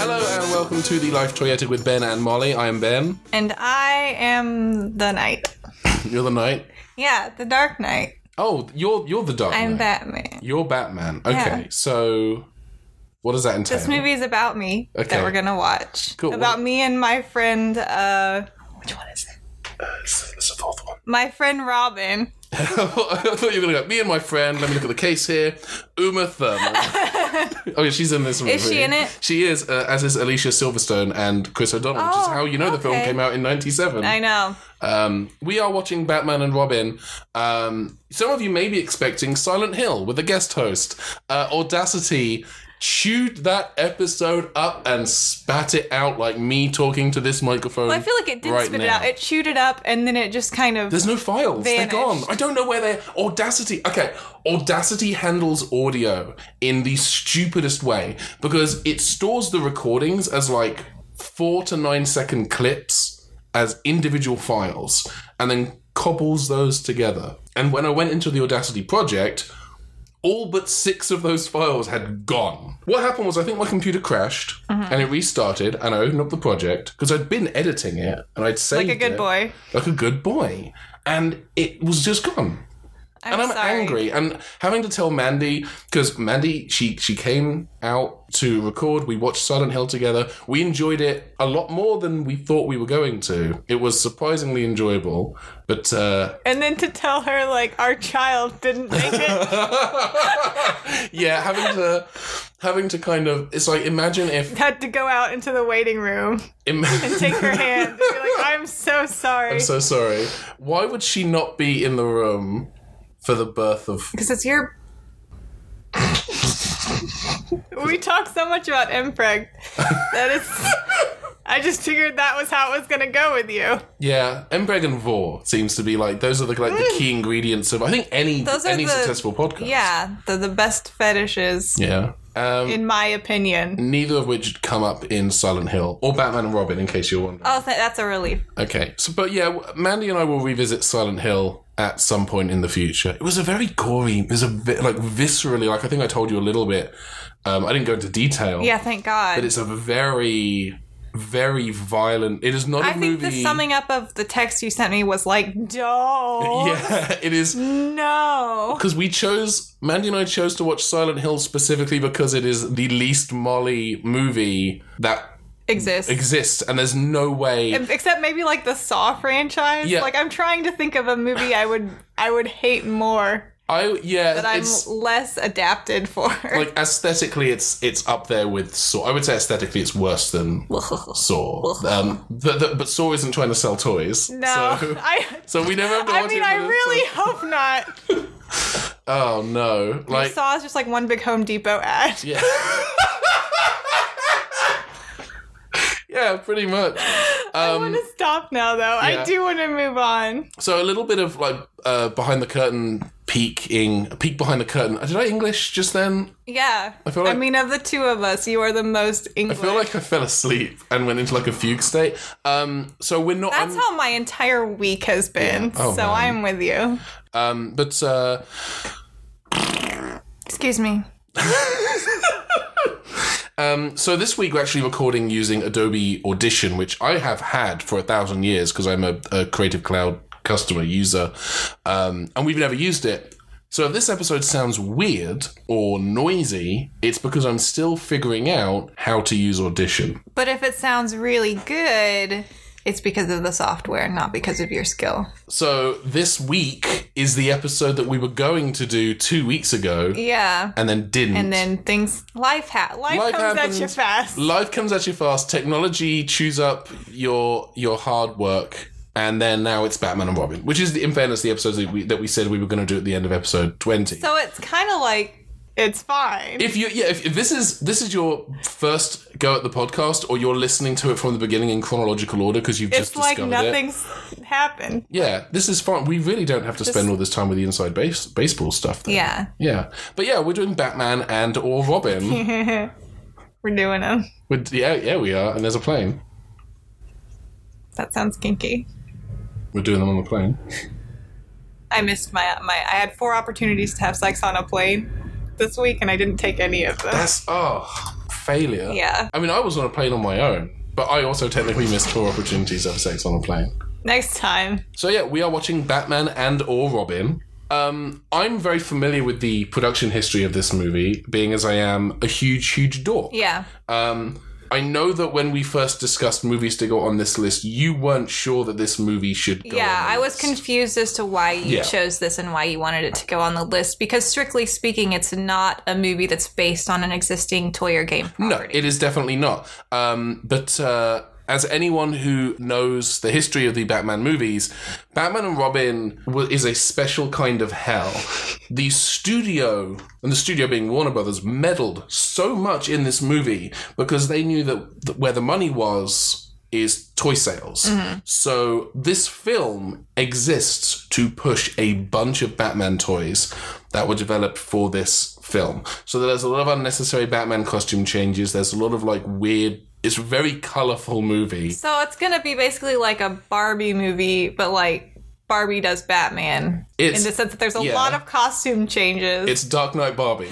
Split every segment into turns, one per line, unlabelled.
Hello and welcome to the Life Toyetic with Ben and Molly. I am Ben.
And I am the knight.
You're the knight.
Yeah, the Dark Knight.
Oh, you're you're the Dark
I'm
Knight.
Batman.
You're Batman. Okay,
Yeah.
so what does that entail?
This movie is about me
Okay.
that we're gonna watch.
Cool.
About me and my friend. uh Which one is it?
It's, it's the fourth one.
My friend Robin.
I thought you were going to go. Me and my friend. Let me look at the case here. Uma Thurman. oh, yeah, she's in this movie.
Is she in it?
She is, uh, as is Alicia Silverstone and Chris O'Donnell, which is
Oh,
how you know the film
okay.
came out in '97.
I know.
Um, we are watching Batman and Robin. Um, some of you may be expecting Silent Hill with a guest host. Uh, Audacity chewed that episode up and spat it out like me talking to this microphone.
I feel like it did
right
spit it
now.
out. It chewed it up, and then it just kind of.
There's no files.
Vanished.
They're gone. I don't know where they're. Audacity. Okay. Audacity handles audio in the stupidest way because it stores the recordings as like four to nine second clips as individual files and then cobbles those together. And when I went into the Audacity project, all but six of those files had gone. What happened was, I think my computer crashed
Mm-hmm.
and it restarted, and I opened up the project because I'd been editing it and I'd saved
like a good
it
boy.
like a good boy. And it was just gone.
I'm
and I'm
sorry.
angry. And having to tell Mandy, because Mandy, she, she came out to record. We watched Silent Hill together. We enjoyed it a lot more than we thought we were going to. It was surprisingly enjoyable. But uh,
And then to tell her like our child didn't make it.
yeah, having to. Having to kind of, it's like imagine if
had to go out into the waiting room,
im-
take her hand, and be like, "I'm so sorry."
I'm so sorry. Why would she not be in the room for the birth of
Because it's your. we talk so much about impreg. That is. I just figured that was how it was going to go with you.
Yeah, Embreg and Vor seems to be like those are the like the key ingredients of I think any
Mm. Those are
any
the-
successful podcast.
Yeah, the, the best fetishes,
Yeah. Mm. Um,
in my opinion.
neither of which come up in Silent Hill or Batman and Robin, in case you're wondering.
Oh, th- that's a relief.
Okay, so but yeah, w- Mandy and I will revisit Silent Hill at some point in the future. It was a very gory, it was a vi- like viscerally, like I think I told you a little bit. Um, I didn't go into detail.
Yeah, thank God.
but it's a very, very violent. It is not a
I think
movie.
the summing up of the text you sent me was like, no,
yeah, it is.
no.
because we chose Mandy and I chose to watch Silent Hill specifically because it is the least Molly movie that
Exists.
exists, and there's no way.
Except maybe like the Saw franchise.
Yeah.
Like I'm trying to think of a movie I would I would hate more
I yeah,
that I'm
it's
less adapted for.
like aesthetically, it's it's up there with Saw. I would say aesthetically, it's worse than Saw. Um, the, the, but Saw isn't trying to sell toys.
no,
So,
I.
so we never have to
I
watch
mean,
it
I
for this,
really hope not.
so- Oh no! Like
Saw is just like one big Home Depot ad.
Yeah. yeah, pretty much.
I want to stop now, though.
yeah.
I do want to move on.
So a little bit of like uh, behind the curtain peeking, peek behind the curtain. Uh, Did I English just then?
Yeah. I,
feel like-
mean, of the two of us, you are the most English.
I feel like I fell asleep and went into like a fugue state. Um, so we're not.
That's
I'm-
how my entire week has been.
Oh,
so
man.
I'm with you.
um, but uh,
Excuse me.
um, so this week we're actually recording using Adobe Audition, which I have had for a thousand years because I'm a, a Creative Cloud customer user, um, and we've never used it. So if this episode sounds weird or noisy, it's because I'm still figuring out how to use Audition.
But if it sounds really good, it's because of the software, not because of your skill.
So this week is the episode that we were going to do two weeks ago
Yeah.
and then didn't.
And then things, life ha- life,
Life
comes at you
happens.
fast.
life comes at you fast. Technology chews up your your hard work, and then now it's Batman and Robin, which is in fairness the episodes that we that we said we were going to do at the end of episode twenty.
So it's kind of like it's fine.
if you yeah, if, if this is this is your first go at the podcast, or you're listening to it from the beginning in chronological order because you've
it's
just
like
discovered it.
nothing's happened.
Yeah, this is fine. We really don't have to spend all this time with the inside base, baseball stuff. Then.
Yeah.
Yeah. But yeah, we're doing Batman and or Robin.
We're doing them.
But yeah, yeah, we are. And there's a plane.
That sounds kinky.
We're doing them on the plane.
I missed my my. I had four opportunities to have sex on a plane this week, and I didn't take any of them.
That's oh failure.
Yeah.
I mean, I was on a plane on my own, but I also technically missed four opportunities to have sex on a plane.
Next time,
So yeah, we are watching Batman and or Robin. Um, I'm very familiar with the production history of this movie, being as I am a huge, huge dork.
yeah,
Um, I know that when we first discussed movies to go on this list, you weren't sure that this movie should go.
yeah.
on the
I was
list.
confused as to why you
Yeah.
chose this and why you wanted it to go on the list because, strictly speaking, it's not a movie that's based on an existing toy or game
No,
property.
it is definitely not. Um, but uh, as anyone who knows the history of the Batman movies, Batman and Robin wa is a special kind of hell. The studio, and the studio being Warner Brothers, meddled so much in this movie because they knew that, that where the money was is toy sales. So this film exists to push a bunch of Batman toys that were developed for this film. So there's a lot of unnecessary Batman costume changes. There's a lot of like weird. It's a very colorful movie.
So it's gonna be basically like a Barbie movie, but like Barbie does Batman
It's-
in the sense that there's a
yeah.
lot of costume changes.
It's Dark Knight Barbie.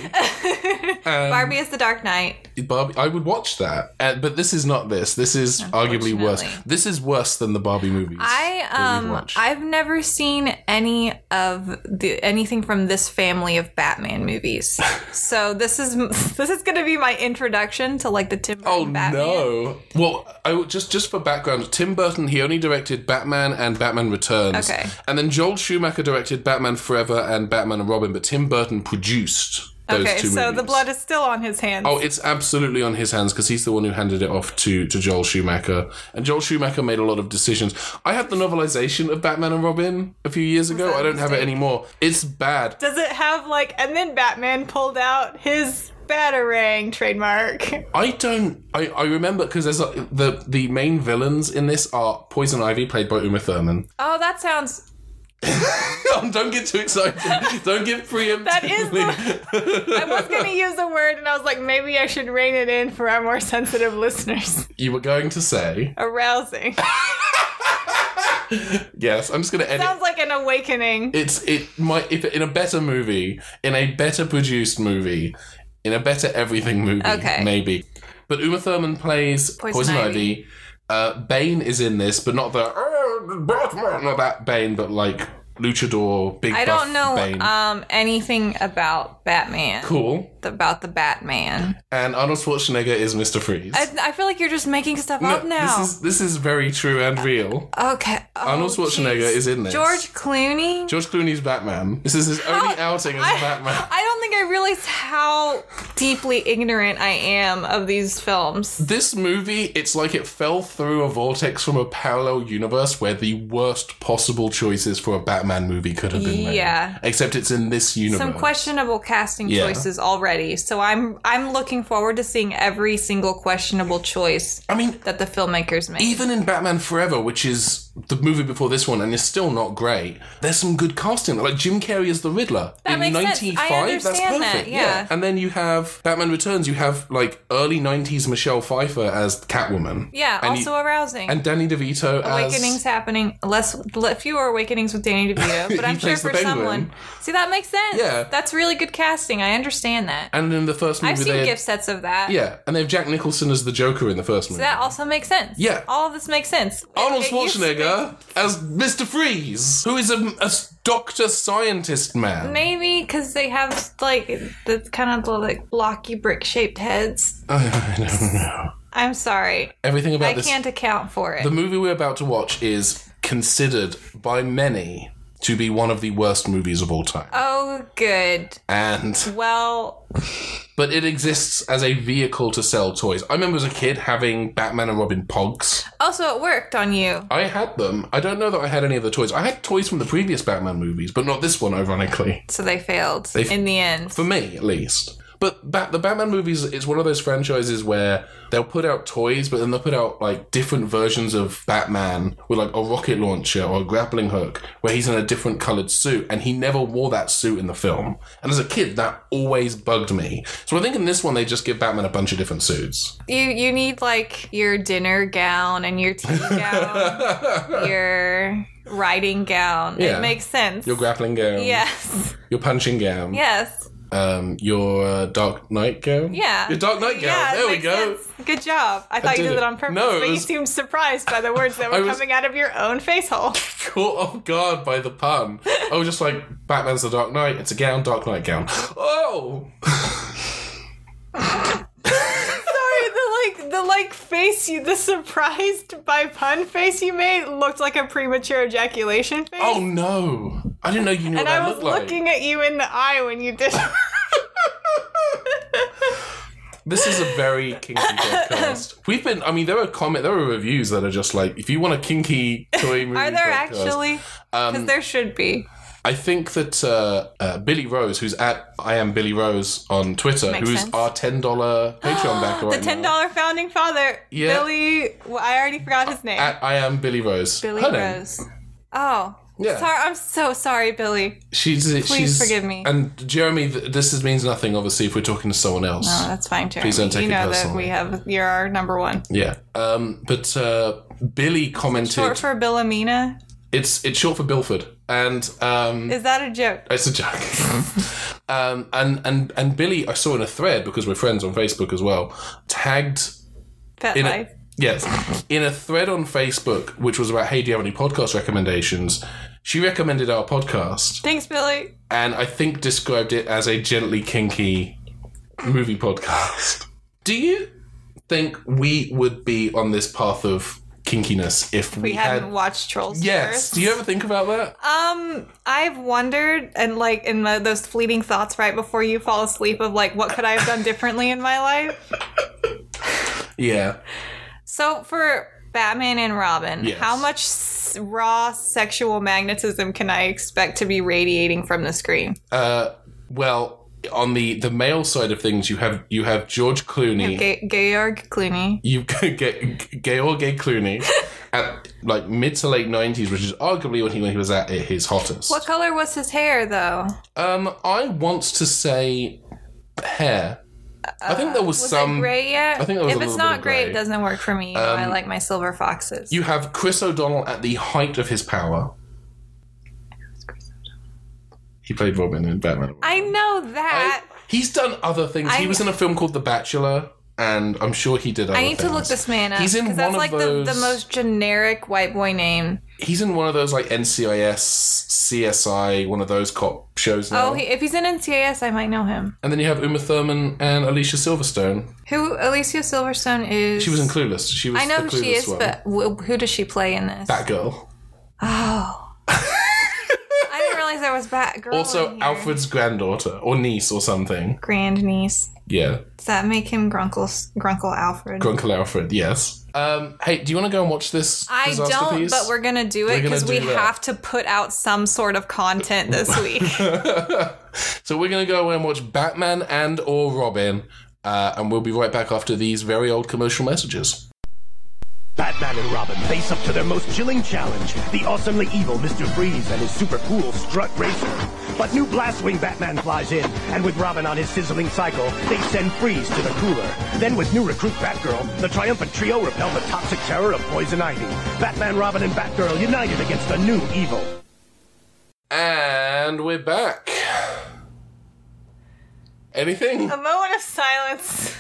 Barbie is the Dark Knight.
Barbie. I would watch that, uh, but this is not this. This is arguably worse.
Unfortunately.
This is worse than the Barbie movies.
I
that we've
um
watched.
I've never seen any of the anything from this family of Batman movies. so this is this is going to be my introduction to like the Tim Burton
Oh
Batman.
no! Well, I, would- just just for background, Tim Burton he only directed Batman and Batman Returns,
Okay.
and then Joel Schumacher directed Batman Forever and Batman and Robin, but Tim Burton produced those
Okay,
two
so
movies.
the blood is still on his hands.
Oh, it's absolutely on his hands because he's the one who handed it off to, to Joel Schumacher. And Joel Schumacher made a lot of decisions. I had the novelization of Batman and Robin a few years ago.
that a
I don't have it
mistake?
anymore. It's bad.
Does it have like and then Batman pulled out his batarang trademark?
I don't. I, I remember because there's a, the the main villains in this are Poison Ivy, played by Uma Thurman.
Oh, that sounds
Oh, don't get too excited. don't get preemptively.
That is I was going to use a word and I was like maybe I should rein it in for our more sensitive listeners.
you were going to say
Arousing.
yes. I'm just going to edit.
sounds like an awakening.
it's it might if in a better movie, in a better produced movie, in a better everything movie,
Okay.
maybe. But Uma Thurman plays Poison,
Poison
Ivy. Uh, Bane is in this, but not the "Oh, Batman," not that Bane, but like luchador, big.
I
buff
don't know
Bane.
um, anything about Batman.
cool.
About the Batman.
And Arnold Schwarzenegger is Mister Freeze.
I, I feel like you're just making stuff up now.
This is this is very true and real.
okay. Oh,
Arnold Schwarzenegger
jeez.
is in this.
George Clooney.
George Clooney's Batman. This is his only
How-
outing as
I,
Batman.
I don't think I realize how deeply ignorant I am of these films.
This movie, it's like it fell through a vortex from a parallel universe where the worst possible choices for a Batman movie could have been made.
Yeah.
Except it's in this universe.
Some questionable casting
Yeah.
choices already, so I'm I'm looking forward to seeing every single questionable choice
I mean,
that the filmmakers make.
even in Batman Forever, which is the movie before this one and is still not great, there's some good casting. Like Jim Carrey as the Riddler in
makes sense. I
95, that's
understand
perfect.
that,
yeah.
yeah.
And then you have Batman Returns, you have like early 90s Michelle Pfeiffer as Catwoman.
yeah,
and
also
you,
arousing.
and Danny DeVito
awakenings
as
happening less le- fewer awakenings with danny devito but i'm
He
sure
plays
for
the penguin.
someone see that makes sense
Yeah.
that's really good casting i understand that
and in the first movie
i've seen
they had-
gift sets of that
Yeah, and they have Jack Nicholson as the Joker in the first movie.
that also makes sense
Yeah.
all of this makes sense
Arnold
It- it used to
Schwarzenegger as Mr. Freeze, who is a, a doctor scientist
be-
man.
maybe because they have like the kind of like blocky brick shaped heads
I don't know.
i'm sorry
Everything about
i
Oh, this.
can't account for it
The movie we're about to watch is considered by many to be one of the worst movies of all time.
oh good
and
well
but it exists as a vehicle to sell toys. I remember as a kid having Batman and Robin pogs.
also it worked on you
I had them. I don't know that I had any of the toys. I had toys from the previous Batman movies, but not this one ironically.
so they failed
f-
in the end
For me, at least. But Bat- the Batman movies, it's one of those franchises where they'll put out toys, but then they'll put out like different versions of Batman with like a rocket launcher or a grappling hook where he's in a different colored suit and he never wore that suit in the film. And as a kid, that always bugged me. So I think in this one, they just give Batman a bunch of different suits.
You you need like your dinner gown and your tea gown, your riding gown.
Yeah.
It makes sense.
Your grappling gown.
yes.
Your punching gown.
Yes.
Um, your uh, Dark Knight gown.
Yeah.
Your Dark Knight gown.
Yeah, it
there we
makes
go.
sense. Good job. I thought you
did
did
it.
it on purpose,
No, it
but you
was-
seemed surprised by the words that
I
were
was-
coming out of your own face hole.
caught off guard by the pun. I was just like, Batman's the Dark Knight. It's a gown, Dark Knight gown. Oh,
Sorry, the like the like face you the surprised by pun face you made looked like a premature ejaculation face.
oh no! I didn't know you knew what
and
that
I was
looked like.
looking at you in the eye when you did
This is a very kinky podcast. We've been. I mean, there are comment, there are reviews that are just like, if you want a kinky toy movie,
Are there
podcast,
actually? Because
Um,
there should be.
I think that uh, uh, Billy Rose, who's at I am Billy Rose on Twitter,
Makes
who's
sense.
our ten dollar Patreon backer
The
right
ten
now.
dollar founding father,
Yeah.
Billy. Well, I already forgot his name.
At I am Billy Rose.
Billy
Her name.
Rose. Oh,
Yeah.
sorry. I'm so sorry, Billy.
She's.
Please
she's,
forgive me.
And Jeremy, th- this is, means nothing. Obviously, if we're talking to someone else.
Oh, that's fine, Jeremy.
Please don't take
you
it
know that
personally.
we have. You're our number one.
Yeah. Um, but uh, Billy commented,
Short for Billamina.
"It's it's short for Bilford," and um,
Is that a joke?
it's a joke. um, and and and Billy, I saw in a thread because we're friends on Facebook as well, tagged
Pet
in
life.
a, yes in a thread on Facebook, which was about, "Hey, do you have any podcast recommendations?" She recommended our podcast,
Thanks, Billy.
and I think described it as a gently kinky movie podcast. Do you think we would be on this path of kinkiness if we,
We
had
hadn't watched Trolls
Yes.
first.
Do you ever think about that?
Um, I've wondered, and like in the, those fleeting thoughts right before you fall asleep, of like, what could I have done differently in my life?
yeah.
So for Batman and Robin,
Yes.
how much s- raw sexual magnetism can I expect to be radiating from the screen?
Uh, well, on the the male side of things, you have you have George Clooney.
Ga- Georg Clooney.
You get George Clooney at like mid to late nineties, which is arguably when he when he was at his hottest.
What color was his hair, though?
Um, I want to say hair. I think there was,
Uh, Was
some
it gray yet?
I think that was
if
a
it's
little bit
not
of
gray,
gray. Um,
it doesn't work for me. You know, I like my silver foxes.
You have Chris O'Donnell at the height of his power. He played Robin in Batman.
I know that.
He's done other things. he
I-
was in a film called The Bachelor, and I'm sure he did. Other
I, need to look
things.
this man up.
He's in
'cause
one
that's
of
like the,
those-
the most generic white boy name.
He's in one of those like NCIS, CSI, one of those cop shows now.
Oh, he, if he's in NCIS, I might know him.
and then you have Uma Thurman and Alicia Silverstone.
Who Alicia Silverstone is?
She was in Clueless. She was.
I
the
know who
Clueless
she is,
one.
but wh- who does she play in this?
Batgirl.
Oh. I didn't realize there was Batgirl. in
Also,
here.
Alfred's granddaughter or niece or something.
Grandniece.
Yeah,
Does that make him Grunkle, Grunkle Alfred?
Grunkle Alfred. Yes. Um, hey, do you want to go and watch this?
I
disaster
don't,
piece?
but we're gonna do
We're
it
gonna
because we
do that.
have to put out some sort of content this week.
So we're gonna go and watch Batman and or Robin, uh, and we'll be right back after these very old commercial messages.
Batman and Robin face up to their most chilling challenge, the awesomely evil Mr. Freeze and his super cool Strut Racer. But new Blastwing Batman flies in, and with Robin on his sizzling cycle, they send Freeze to the cooler. Then with new recruit Batgirl, the triumphant trio repel the toxic terror of Poison Ivy. Batman, Robin, and Batgirl united against the new evil.
And we're back. Anything?
A moment of silence.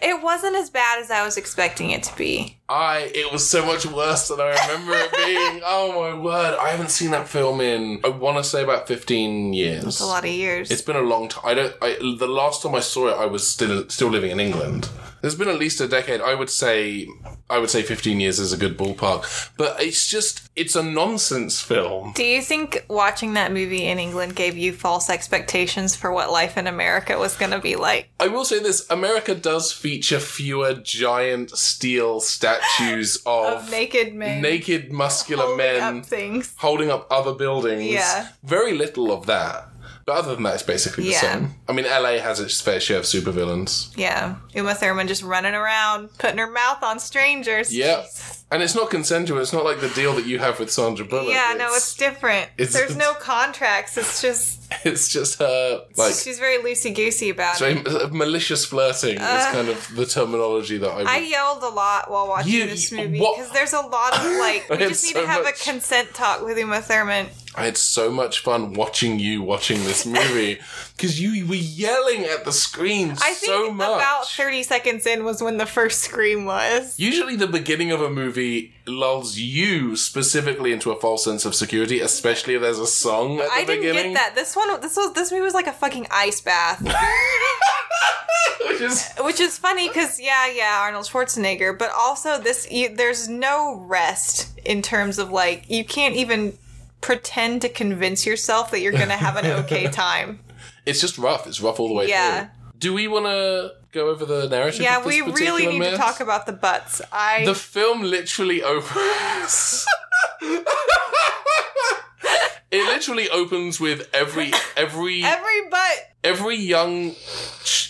It wasn't as bad as I was expecting it to be.
I it was so much worse than I remember it being. Oh my word! I haven't seen that film in I want to say about fifteen years.
It's a lot of years.
It's been a long time. I don't. I, the last time I saw it, I was still still living in England. There's been at least a decade. I would say, I would say, 15 years is a good ballpark. But it's just, it's a nonsense film.
Do you think watching that movie in England gave you false expectations for what life in America was gonna be like?
I will say this: America does feature fewer giant steel statues of,
Of naked men.
naked muscular
holding
men
up things.
holding up other buildings.
Yeah.
Very little of that. But other than that, it's basically
Yeah.
the same. I mean, LA has its fair share of supervillains.
Yeah, Uma Thurman just running around, putting her mouth on strangers.
Yeah.
Jesus.
And it's not consensual. It's not like the deal that you have with Sandra Bullock.
Yeah, no, it's different.
it's-
There's no contracts. It's just
it's just her like
she's very loosey goosey about it.
very malicious flirting is kind of the terminology that I. Would,
I yelled a lot while watching
You-
this
you-
movie
what-
because there's a lot of like we
had
just need
so
to have
much-
a consent talk with Uma Thurman.
I had so much fun watching you watching this movie because you were yelling at the screen
I think
so much.
about 30 seconds in was when the first scream was.
Usually, the beginning of a movie lulls you specifically into a false sense of security, especially if there's a song at the
I didn't
beginning.
get that. This one, this was this movie was like a fucking ice bath,
Which is
which is funny because yeah, yeah, Arnold Schwarzenegger, but also this you, there's no rest in terms of like you can't even pretend to convince yourself that you're gonna have an okay time.
it's just rough. It's rough all the way
Yeah.
through. Do we want to go over the narrative?
Yeah,
of this
we really
particular
need to
myth?
talk about the butts. I
The film literally opens. it literally opens with every every
every butt
every young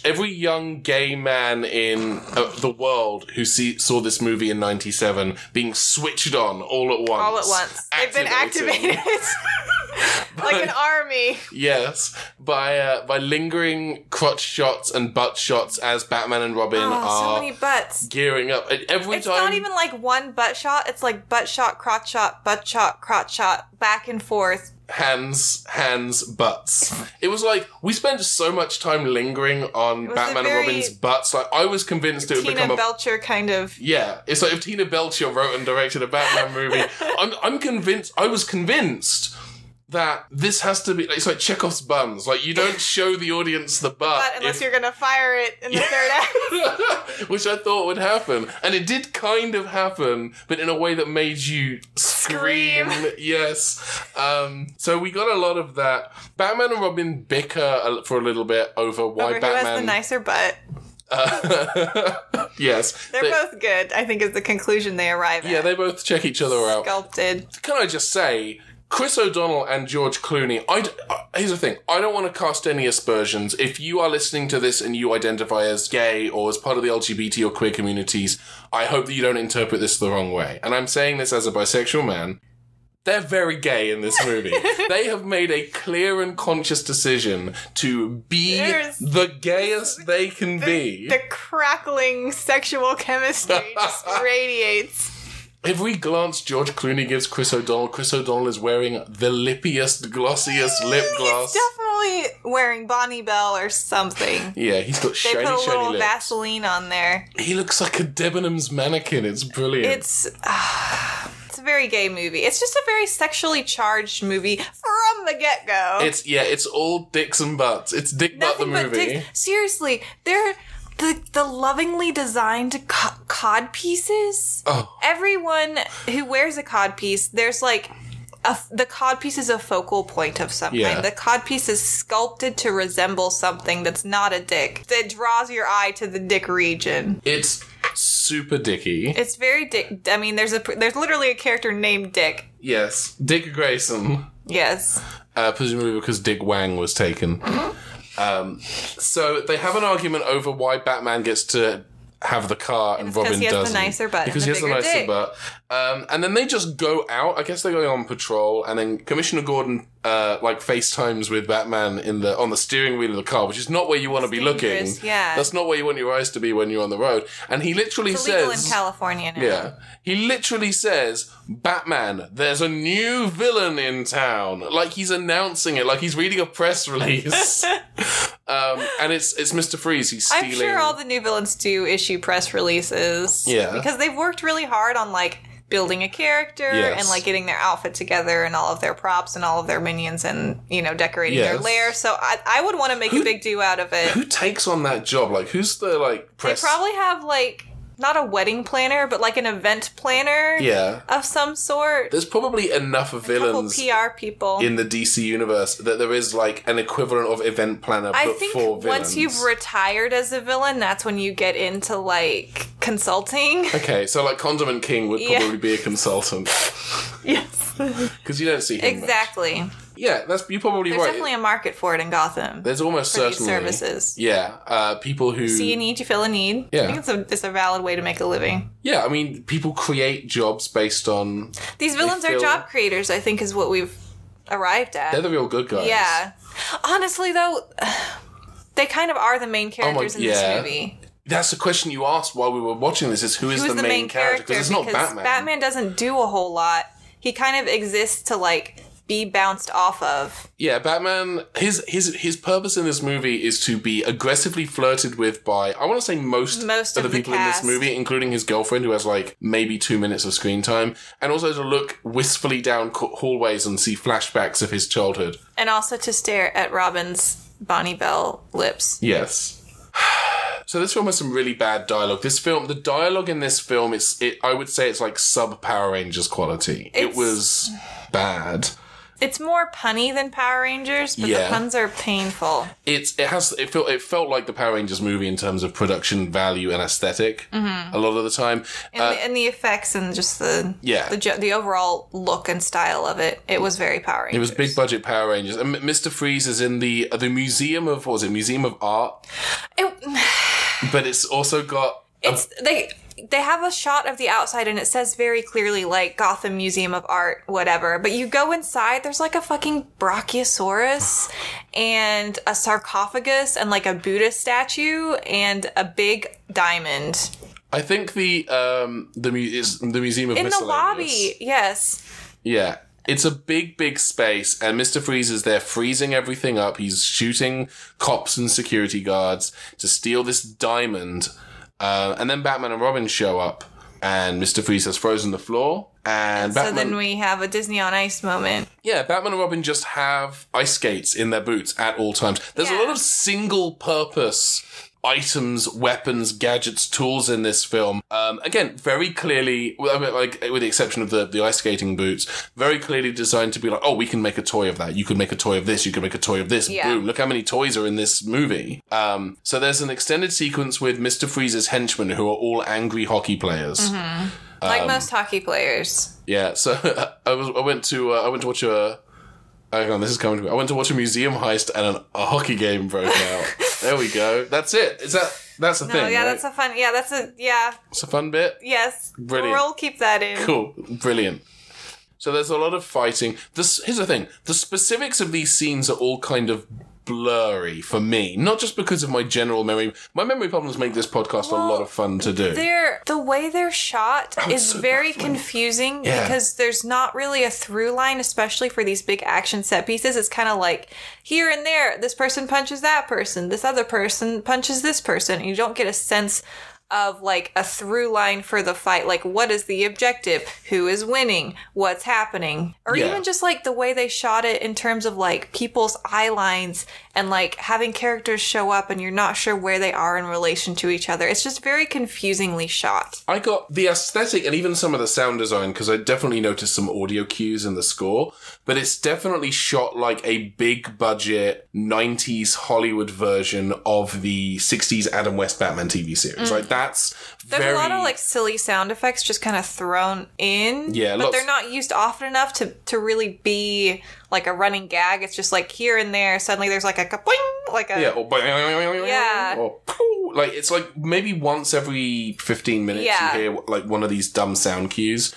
every young gay man in uh, the world who see, saw this movie in 97 being switched on all at once
all at once. They've been
Activating.
activated like an army.
yes by uh, by lingering crotch shots and butt shots as batman and robin
Oh,
are
so many butts.
gearing up And every
It's
time
not even like one butt shot. It's like butt shot, crotch shot, butt shot, crotch shot, back and forth.
hands, hands, butts. It was like we spent so much time lingering on
was
Batman
a
and
very
Robin's butts. Like I was convinced it would
Tina
become a
Belcher kind of.
yeah. It's like if Tina Belcher wrote and directed a Batman movie. I'm I'm convinced. I was convinced. That this has to be, it's like Chekhov's buns. Like, you don't show the audience the butt.
But
Uh,
unless
if-
you're gonna fire it in the third act.
which I thought would happen, and it did kind of happen, but in a way that made you scream.
Scream.
yes. Um, so we got a lot of that. Batman and Robin bicker a- for a little bit over why
Or who
Batman.
has the nicer butt?
uh, yes.
They're
They-
both good. I think is the conclusion they arrive at.
yeah, they both check each other out.
sculpted.
Can I just say? Chris O'Donnell and George Clooney. I d- uh, here's the thing. I don't want to cast any aspersions. If you are listening to this and you identify as gay or as part of the LGBT or queer communities, I hope that you don't interpret this the wrong way. And I'm saying this as a bisexual man. They're very gay in this movie. they have made a clear and conscious decision to be
There's-
the gayest they can be.
The crackling sexual chemistry just radiates.
Every glance George Clooney gives Chris O'Donnell, Chris O'Donnell is wearing the lippiest, glossiest lip gloss.
Definitely wearing Bonnie Bell or something.
Yeah, he's got
They
shiny,
put a
shiny
little
lips.
Vaseline on there.
he looks like a Debenhams mannequin. It's brilliant.
It's ah, it's a very gay movie. It's just a very sexually charged movie from the get go.
It's- yeah, it's all dicks and butts. It's Dick
nothing
Butt the
but
movie.
dicks. Seriously, they're the the lovingly designed co- cod pieces.
Oh,
Everyone who wears a cod piece, there's like. A, f- the codpiece is a focal point of some
Yeah.
kind. The codpiece is sculpted to resemble something that's not a dick. That draws your eye to the dick region.
it's super dicky.
It's very dick. I mean, there's a there's literally a character named Dick.
yes, Dick Grayson.
Yes.
uh, presumably because Dick Wang was taken. Um, so they have an argument over why Batman gets to have the car and
It's 'cause
Robin
he has the
doesn't.
nicer butt and
Because
the
he has the
bigger
nicer
dick.
butt. Um, and then they just go out. I guess they're going on patrol, and then Commissioner Gordon uh, like FaceTimes with Batman in the on the steering wheel of the car, which is not where you want to be looking.
dangerous, yeah.
that's not where you want your eyes to be when you're on the road. And he literally
Legal in
says.
California now.
Yeah. He literally says, Batman, there's a new villain in town. Like he's announcing it, like he's reading a press release. um, and it's it's Mr. Freeze. He's
I'm
stealing.
sure all the new villains do issue press releases.
Yeah.
Because they've worked really hard on like building a character
Yes.
and like getting their outfit together and all of their props and all of their minions and you know decorating their
Yes.
lair. So I, I would want to make a big do out of it.
Who takes on that job? Like who's the like
They
press
probably have like not a wedding planner, but like an event planner
Yeah.
of some sort.
There's probably enough
Couple
villains
PR people.
in the DC universe that there is like an equivalent of event planner
I
but
think
for villains.
once you've retired as a villain, that's when you get into like consulting.
Okay, so like Condiment King would
Yeah.
probably be a consultant
yes.
because you don't see him. much.
Exactly.
Yeah, that's you're probably
There's
right.
definitely a market for it in Gotham.
There's almost
for these
certainly
services.
Yeah, uh, people who
See a need, you feel a need.
Yeah.
I think it's a it's a valid way to make a living.
yeah, I mean, people create jobs based on
These villains are
feel-
job creators. I think is what we've arrived at.
they're the real good guys.
yeah. Honestly, though, they kind of are the main characters in
Oh yeah.
this movie.
that's the question you asked while we were watching this: is who is
Who's
the, main, character? Because it's not Batman.
doesn't do a whole lot. He kind of exists to like be bounced off of.
Yeah, Batman. His his his purpose in this movie is to be aggressively flirted with by I want to say most,
Most
of the
of the
people
cast.
in this movie, including his girlfriend, who has like maybe two minutes of screen time, and also to look wistfully down co- hallways and see flashbacks of his childhood.
and also to stare at Robin's Bonnie Bell lips.
Yes. So this film has some really bad dialogue. This film, the dialogue in this film, it's it. I would say it's like sub Power Rangers quality. it
It's-
was bad.
It's more punny than Power Rangers, but
Yeah.
the puns are painful.
it's it has it felt it felt like the Power Rangers movie in terms of production value and esthetic
Mm-hmm.
a lot of the time. Uh,
And, the, and the effects and just the
Yeah.
the jo- the overall look and style of it, it was very Power Rangers.
It was big budget Power Rangers. And M- Mr. Freeze is in the uh, the museum of what was it? Museum of Art,
It-
but it's also got
it's they they have a shot of the outside and it says very clearly like Gotham Museum of Art, whatever. But you go inside, there's like a fucking brachiosaurus and a sarcophagus and like a Buddha statue and a big diamond.
I think the um the mu- is the museum of
in the
Miscellaneous.
lobby. Yes,
Yeah. It's a big, big space, and Mr. Freeze is there freezing everything up. He's shooting cops and security guards to steal this diamond. Uh, and then Batman and Robin show up, and Mr. Freeze has frozen the floor. And, Batman,
so then we have a Disney on Ice moment.
yeah, Batman and Robin just have ice skates in their boots at all times. There's
Yeah.
a lot of single purpose items, weapons, gadgets, tools in this film. Um, again, very clearly, well, I mean, like with the exception of the, the ice skating boots, very clearly designed to be like, oh, we can make a toy of that. You can make a toy of this. You can make a toy of this.
Yeah.
Boom! Look how many toys are in this movie. Um, so there's an extended sequence with Mister Freeze's henchmen, who are all angry hockey players.
Like
Um,
most hockey players,
Yeah, so I was I went to uh, I went to watch a. Hang on, this is coming to me. I went to watch a museum heist and an, a hockey game broke out. there we go. That's it. Is that that's the
no,
thing?
Oh, yeah,
right?
that's a fun. Yeah, that's a yeah.
it's a fun bit.
Yes,
Brilliant.
We'll keep that in.
Cool, brilliant. So there's a lot of fighting. This here's the thing: the specifics of these scenes are all kind of blurry for me. Not just because of my general memory. My memory problems make this podcast a lot of fun to do.
They're the way they're shot
it's
is
so
very
baffling.
confusing
Yeah.
because there's not really a through line, especially for these big action set pieces. It's kind of like here and there, this person punches that person, this other person punches this person. You don't get a sense of like a through line for the fight. Like, what is the objective? Who is winning? What's happening? Or
Yeah.
even just like the way they shot it in terms of like people's eye lines and like having characters show up and you're not sure where they are in relation to each other. It's just very confusingly shot.
I got the aesthetic and even some of the sound design because I definitely noticed some audio cues in the score, but it's definitely shot like a big budget 90s Hollywood version of the 60s Adam West Batman TV series. Like that's
Mm. There's
very
a lot of like silly sound effects just kind of thrown in.
Yeah,
but
lots-
they're not used often enough to to really be like a running gag. It's just like here and there. Suddenly there's like a kapoing, like a
yeah, or
Yeah.
or poo. like it's like maybe once every 15 minutes
Yeah.
you hear like one of these dumb sound cues.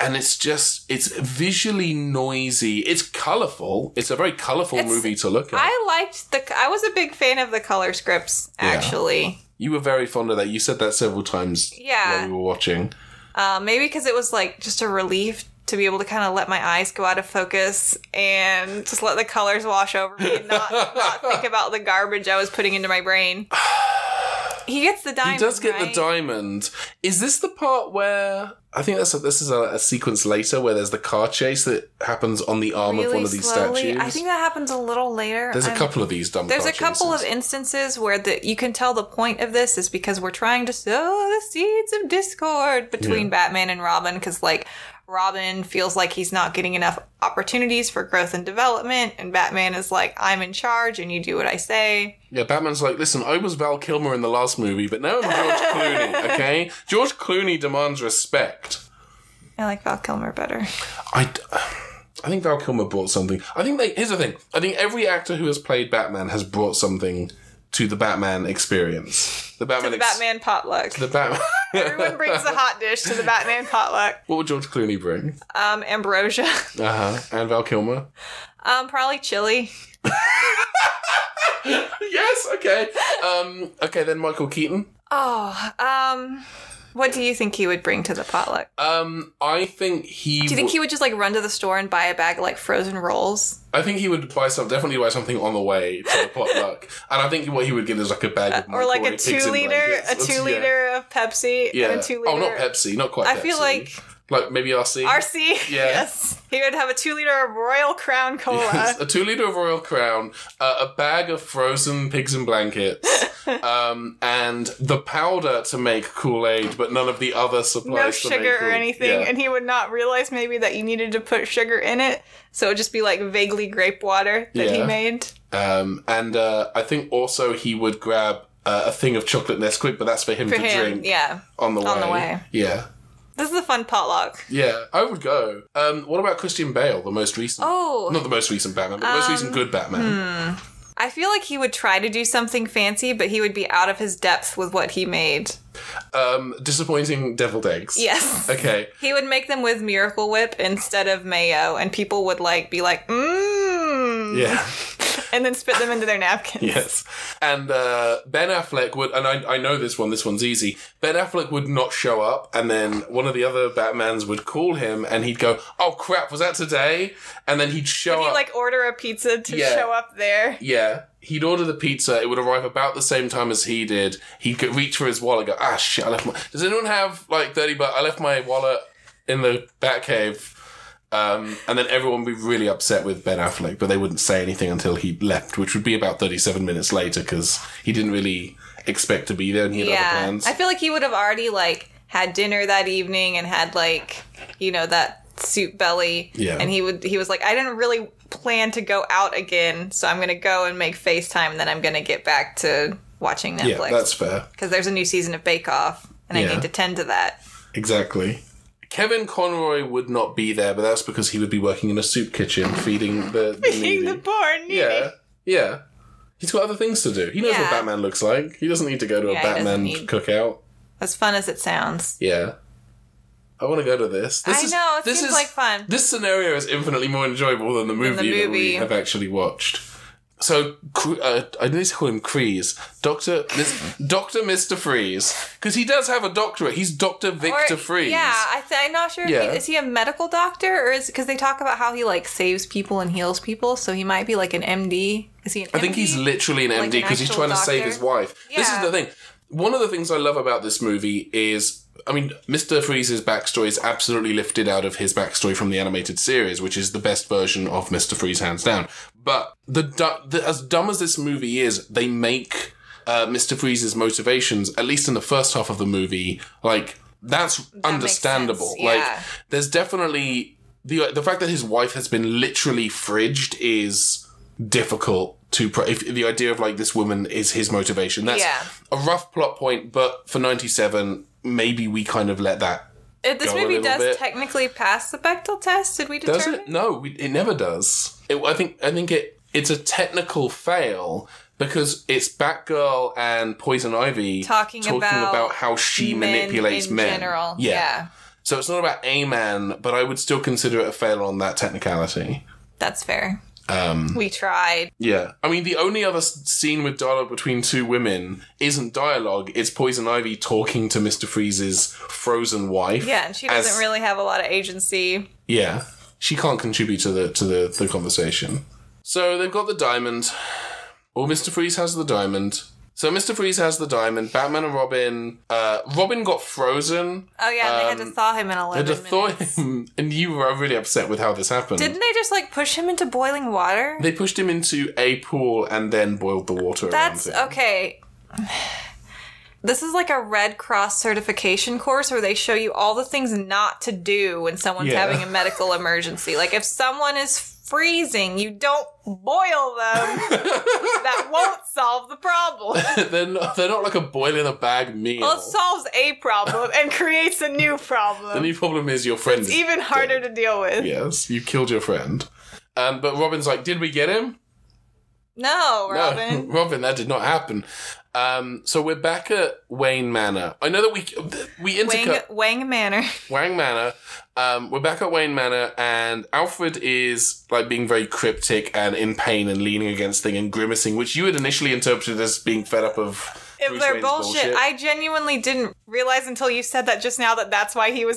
And it's just, it's visually noisy. It's colorful. It's a very colorful movie to look at.
I liked the. I was a big fan of the color scripts actually.
You were very fond of that. You said that several times
Yeah.
while we were watching.
Uh, maybe because it was like just a relief to be able to kind of let my eyes go out of focus and just let the colors wash over me and not, not think about the garbage I was putting into my brain. He gets the diamond.
He does get
right?
the diamond. Is this the part where I think that's a, this is a, a sequence later where there's the car chase that happens on the arm of
Really
one of these
slowly.
statues?
I think that happens a little later.
there's a
I'm-
couple of these dumb.
There's
car
a couple
chases.
of instances where the you can tell the point of this is because we're trying to sow the seeds of discord between
Yeah.
Batman and Robin because like Robin feels like he's not getting enough opportunities for growth and development, and Batman is like, I'm in charge and you do what I say.
Yeah, Batman's like, listen, I was Val Kilmer in the last movie, but now I'm George Clooney. Okay, George Clooney demands respect.
I like Val Kilmer better.
I. I think Val Kilmer brought something. I think they. Here's the thing. I think every actor who has played Batman has brought something to the Batman experience. The Batman.
The
ex-
Batman potluck.
The Batman.
Everyone brings the hot dish to the Batman potluck.
what would George Clooney bring?
Um, ambrosia.
Uh huh. And Val Kilmer.
Um, probably chili.
yes. Okay. Um. Okay. Then Michael Keaton.
Oh, um, what do you think he would bring to the potluck?
Um. I think he.
do you think he would just like run to the store and buy a bag of like frozen rolls?
I think he would buy some. Definitely buy something on the way to the potluck. and I think what he would get is like a bag of
or like a
microwave
two
pigs in
liter,
blankets.
a
That's-
two
yeah.
liter of Pepsi
Yeah.
and a two liter.
Oh, not Pepsi. Not quite.
I feel
Pepsi.
like-
Like maybe RC.
RC.
Yeah.
Yes, he would have a two liter of Royal Crown cola.
Yes, a two liter of Royal Crown, uh, a bag of frozen pigs and blankets, um, and the powder to make Kool Aid, but none of the other supplies.
No
to
sugar
make
or
Kool-
anything,
Yeah.
and he would not realize maybe that you needed to put sugar in it, so it would just be like vaguely grape water that he
Yeah.
made.
um, and uh, I think also he would grab uh, a thing of chocolate Nesquik, but that's for him
For
to
him,
drink
yeah.
on the way.
on the way.
Yeah.
This is a fun potluck.
Yeah, I would go. Um, what about Christian Bale, the most recent?
Oh. Um,
not the most recent Batman, but the most recent good Batman.
I feel like he would try to do something fancy, but he would be out of his depth with what he made.
Um, disappointing deviled eggs.
hmm. Yes.
Okay.
He would make them with Miracle Whip instead of mayo, and people would like be like, mmm,
Yeah.
and then spit them into their napkins.
Yes. And uh, Ben Affleck would, and I, I know this one, this one's easy. Ben Affleck would not show up, and then one of the other Batmans would call him, and he'd go, Oh crap, was that today? And then he'd show
He'd
up.
like order a pizza to
Yeah.
show up there.
yeah. He'd order the pizza, it would arrive about the same time as he did. He'd go, reach for his wallet, go, Ah shit, I left my. Does anyone have like 30 bucks? I left my wallet in the Batcave. Um, and then everyone would be really upset with Ben Affleck, but they wouldn't say anything until he left, which would be about 37 minutes later because he didn't really expect to be there and he had other
Yeah.
plans.
I feel like he would have already like had dinner that evening and had like, you know, that soup belly.
Yeah.
And he would he was like, I didn't really plan to go out again, so I'm gonna go and make FaceTime and then I'm gonna get back to watching
yeah,
Netflix.
that's fair.
Because there's a new season of Bake Off and
Yeah.
I need to tend to that.
Exactly. Kevin Conroy would not be there, but that's because he would be working in a soup kitchen feeding the, the
Being the
needy.
poor needy.
Yeah, yeah. He's got other things to do. He knows
Yeah.
what Batman looks like. He doesn't need to go to a
Yeah, he doesn't
Batman
need-
cookout.
As fun as it sounds.
Yeah. I want to go to this. this
I
is,
know, it
this
seems
is,
like fun.
This scenario is infinitely more enjoyable than the movie,
the
that we
movie.
have actually watched. So, Cre- uh, I need to call him Crease. Doctor, Doctor Mister Freeze, because he does have a doctorate. He's Doctor Victor Freeze.
Yeah, I th- I'm not sure. if he-
Yeah.
is he a medical doctor or is because they talk about how he like saves people and heals people, so he might be like an MD. Is he an
I think he's literally an
Like
MD
an
because he's
actual
trying to save
doctor?
his wife. This is
Yeah.
the thing. One of the things I love about this movie is, I mean, Mr. Freeze's backstory is absolutely lifted out of his backstory from the animated series, which is the best version of Mr. Freeze, hands down. But the, du- the as dumb as this movie is, they make uh, Mr. Freeze's motivations, at least in the first half of the movie, like that's understandable.
sense,
Like
yeah.
there's definitely the the fact that his wife has been literally fridged is difficult to pro- if the idea of like this woman is his motivation. That's
Yeah.
a rough plot point, but for 97 maybe we kind of let that.
If Uh, this
go a
movie
little
does
bit.
technically pass the Bechtel test, did we
Does
determine?
it? No, we, it never does. It, I think I think it it's a technical fail because it's Batgirl and Poison Ivy
Talking about
how she
Men
manipulates
in
men.
general.
Yeah.
Yeah.
So it's not about a man, but I would still consider it a fail on that technicality.
that's fair. Um, we tried.
Yeah. I mean, the only other s- scene with dialogue between two women isn't dialogue, it's Poison Ivy talking to Mr. Freeze's frozen wife.
Yeah, and she doesn't
as-
really have a lot of agency.
Yeah. She can't contribute to the to the, the conversation. So they've got the diamond. Or Mr. Freeze has the diamond. So Mr. Freeze has the diamond. Batman and Robin. Uh, Robin got frozen.
Oh yeah, and they had
Um,
to thaw him in
I
eleven
just
minutes.
thought him, and you were really upset with how this happened.
Didn't they just like push him into boiling water?
They pushed him into a pool and then boiled the water
That's
around him.
okay. This is like a Red Cross certification course where they show you all the things not to do when someone's
Yeah.
having a medical emergency. Like if someone is freezing, you don't boil them. that won't solve the problem.
they're not, they're not like a boil in a bag meal.
Well, it solves a problem and creates a new
the
problem.
new problem is your friend. is
Even harder to deal with.
Yes, you killed your friend. Um, but Robin's like, did we get him?
No, Robin.
No, Robin, that did not happen. Um, so we're back at Wayne Manor. I know that we we
Wang,
intercut
Wang Manor.
Wang Manor. Um, we're back at Wayne Manor, and Alfred is like being very cryptic and in pain and leaning against thing and grimacing, which you had initially interpreted as being fed up of.
If
Bruce
they're
Wayne's
bullshit, I genuinely didn't realize until you said that just now that that's why he was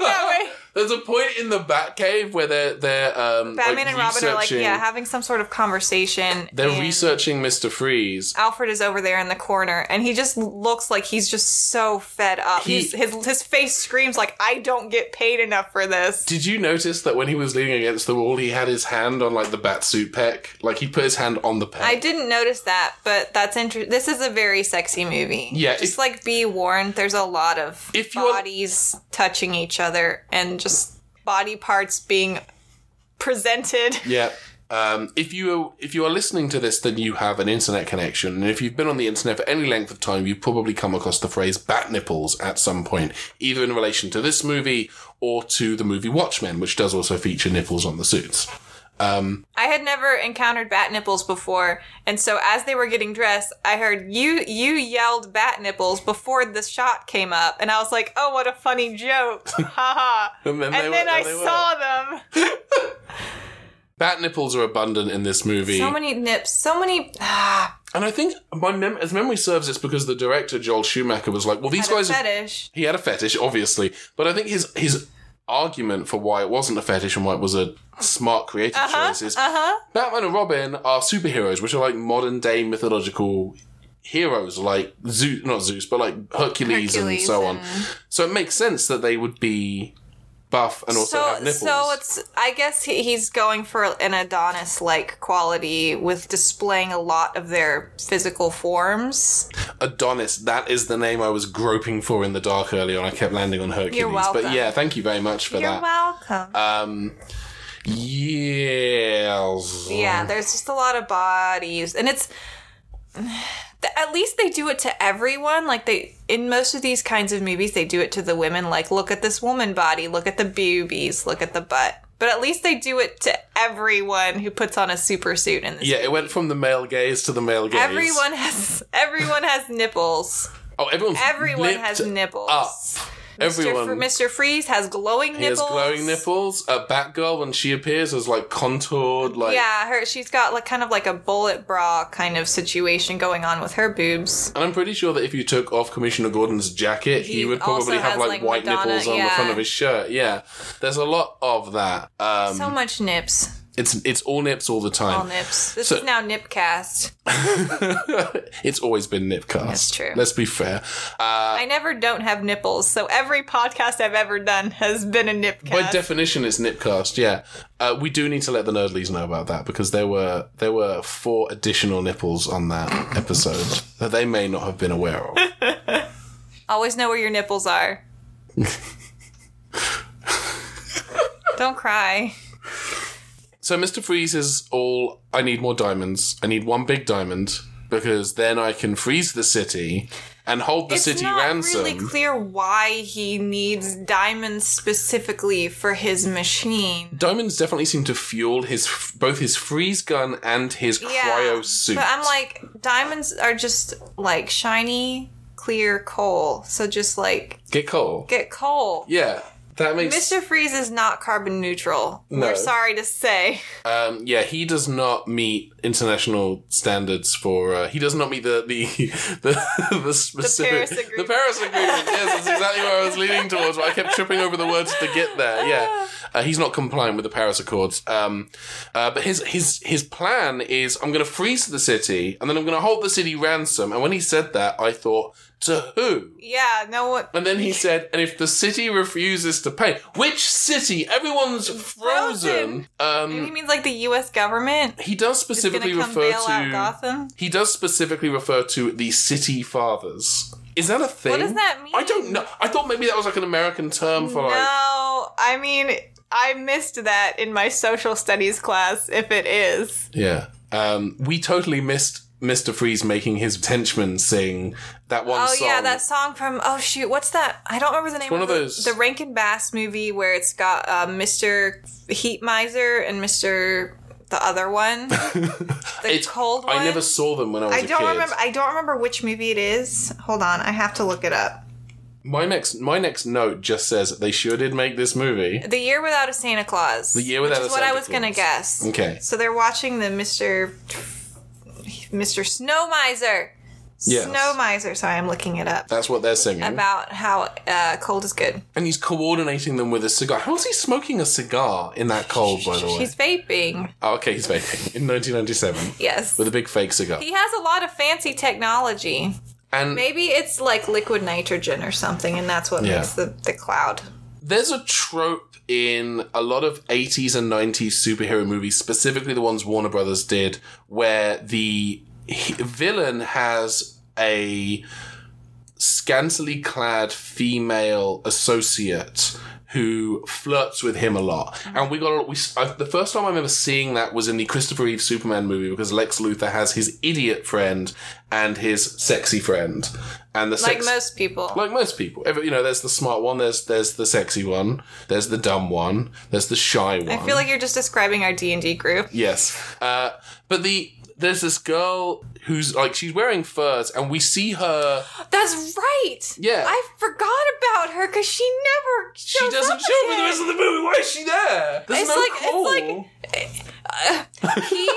that way.
There's a point in the Batcave where they're they're um,
Batman
like,
and Robin are like,
researching-
yeah, having some sort of conversation.
they're
and
researching Mister Freeze,
Alfred is over there in the corner, and he just looks like he's just so fed up.
He-
he's, his his face screams like, "I don't get paid enough for this."
Did you notice that when he was leaning against the wall, he had his hand on like the batsuit peck? Like he put his hand on the peck.
I didn't notice that, but that's interesting. This is a very sexy movie.
Yeah,
just
if-
like be warned, there's a lot of
If you're-
bodies touching each other and just body parts being presented.
Yeah. Um, if you if you are listening to this, then you have an internet connection, and if you've been on the internet for any length of time, you've probably come across the phrase "bat nipples" at some point, either in relation to this movie or to the movie Watchmen, which does also feature nipples on the suits.
I had never encountered bat nipples before, and so as they were getting dressed, I heard you you yelled bat nipples before the shot came up, and I was like, "Oh, what a funny joke!" Ha ha.
And then,
And then I saw them.
bat nipples are abundant in this movie.
So many nips, so many. ah,
and I think my mem- as memory serves, it's because the director Joel Schumacher was like, "Well, these guys are
fetish.
he had a fetish, obviously, but I think his his argument for why it wasn't a fetish and why it was a smart creative
Uh-huh,
choice is Batman and Robin are superheroes, which are like modern day mythological heroes, like Zeus, not Zeus, but like Hercules, and
Hercules
so on.
and-
So it makes sense that they would be buff and also have nipples.
so it's I guess he, he's going for an Adonis like quality with displaying a lot of their physical forms.
Adonis, that is the name I was groping for in the dark earlier, and I kept landing on Hercules. But
welcome.
yeah, thank you very much for
You're
that.
welcome.
um, yes.
yeah, there's just a lot of bodies, and it's th- at least they do it to everyone. Like they in most of these kinds of movies, they do it to the women. Like look at this woman body, look at the boobies, look at the butt. But at least they do it to everyone who puts on a super suit in this.
Yeah, it went from the male gaze to the male gaze.
Everyone has everyone has nipples.
oh, everyone's
Everyone
lipped
has nipples.
Up. Everyone.
Mr. Fr- Mr. Freeze has glowing
He has
nipples.
glowing nipples. A Batgirl when she appears is like contoured, like
Yeah, her she's got like kind of like a bullet bra kind of situation going on with her boobs.
And I'm pretty sure that if you took off Commissioner Gordon's jacket, he,
He
would
also
probably have
has,
like,
like,
white
Madonna-
nipples on the
yeah.
front of his shirt. Yeah, there's a lot of that. Um,
So much nips,
it's it's all nips all the time.
all nips. This
So- Uh,
is now nipcast.
it's always been nipcast.
That's true.
Let's be fair.
I never don't have nipples, so every podcast I've ever done has been a
By
nipcast.
definition, it's Nipcast. Yeah, uh, we do need to let the nerdlies know about that because there were there were four additional nipples on that episode that they may not have been aware of.
Always know where your nipples are. don't cry.
So Mister Freeze is all. I need more diamonds. I need one big diamond because then I can freeze the city and hold the city ransom.
really clear why he needs diamonds specifically for his machine.
diamonds definitely seem to fuel his f- both his freeze gun and his cryo oh, suit.
But I'm like, diamonds are just like shiny, clear coal. So just like
get coal.
get coal.
yeah, that makes
Mr. Freeze is not carbon neutral.
No.
We're sorry to say.
Um, yeah, he does not meet international standards for. Uh, he does not meet the the the, the specific
Paris Agreement.
the Paris Agreement. yes, that's exactly where I was leaning towards. But I kept tripping over the words to get there. Yeah, uh, he's not compliant with the Paris Accords. Um, uh, but his his his plan is I'm going to freeze the city and then I'm going to hold the city ransom. And when he said that, I thought to who?
Yeah, no one.
And then he said, and if the city refuses to pay, which city? Everyone's frozen.
Frozen.
Um,
Maybe he means like the U.S. government
he does
is going
specifically
to come
refer
bail out
to
Gotham.
he does specifically refer to the city fathers Is that a thing?
does that mean?
I don't know. I thought maybe that was like an American term for like.
No, I mean, I missed that in my social studies class, if it is.
Yeah. Um, we totally missed Mr. Freeze making his henchmen sing that one
Oh,
song.
yeah, that song from, oh, shoot, what's that? I don't remember the name
one
of,
of
the-
those-
The Rankin Bass movie where it's got uh, Mr. Heat Miser and Mr. the other one. the
It's-
cold one.
I never saw them when I was
I
a
don't
kid.
remember. I don't remember which movie it is. Hold on, I have to look it up.
my next my next note just says they sure did make this movie.
The Year Without a Santa Claus. The
Year Without
which
a
is what
Santa
I was gonna
Claus.
guess.
Okay.
So they're watching the Mister Mister Snow Miser.
Yes. Uh-huh.
Snow Miser. Sorry, I'm looking it up.
That's what they're singing.
about how uh, cold is good.
and he's coordinating them with a cigar. How is he smoking a cigar in that cold, Oh, by the way?
She's vaping.
oh, okay, he's vaping. In 1997.
Yes.
With a big fake cigar.
he has a lot of fancy technology.
And
Maybe it's like liquid nitrogen or something, and that's what
Yeah.
makes the, the cloud.
there's a trope in a lot of 80s and 90s superhero movies, specifically the ones Warner Brothers did, where the he- villain has a scantily clad female associate who flirts with him a lot. And we got we I, the first time I remember seeing that was in the Christopher Reeve Superman movie because Lex Luthor has his idiot friend and his sexy friend. And the
Like
sex-
most people.
like most people. Every, you know, there's the smart one, there's there's the sexy one, there's the dumb one, there's the shy one.
I feel like you're just describing our D and D group.
yes, uh, but the there's this girl who's like she's wearing furs, and we see her.
That's right.
Yeah.
I forgot about her because she never.
She
shows
doesn't
up
show up in the
again.
rest of the movie. Why is she there? There's
It's
no
like- it's
call.
like- he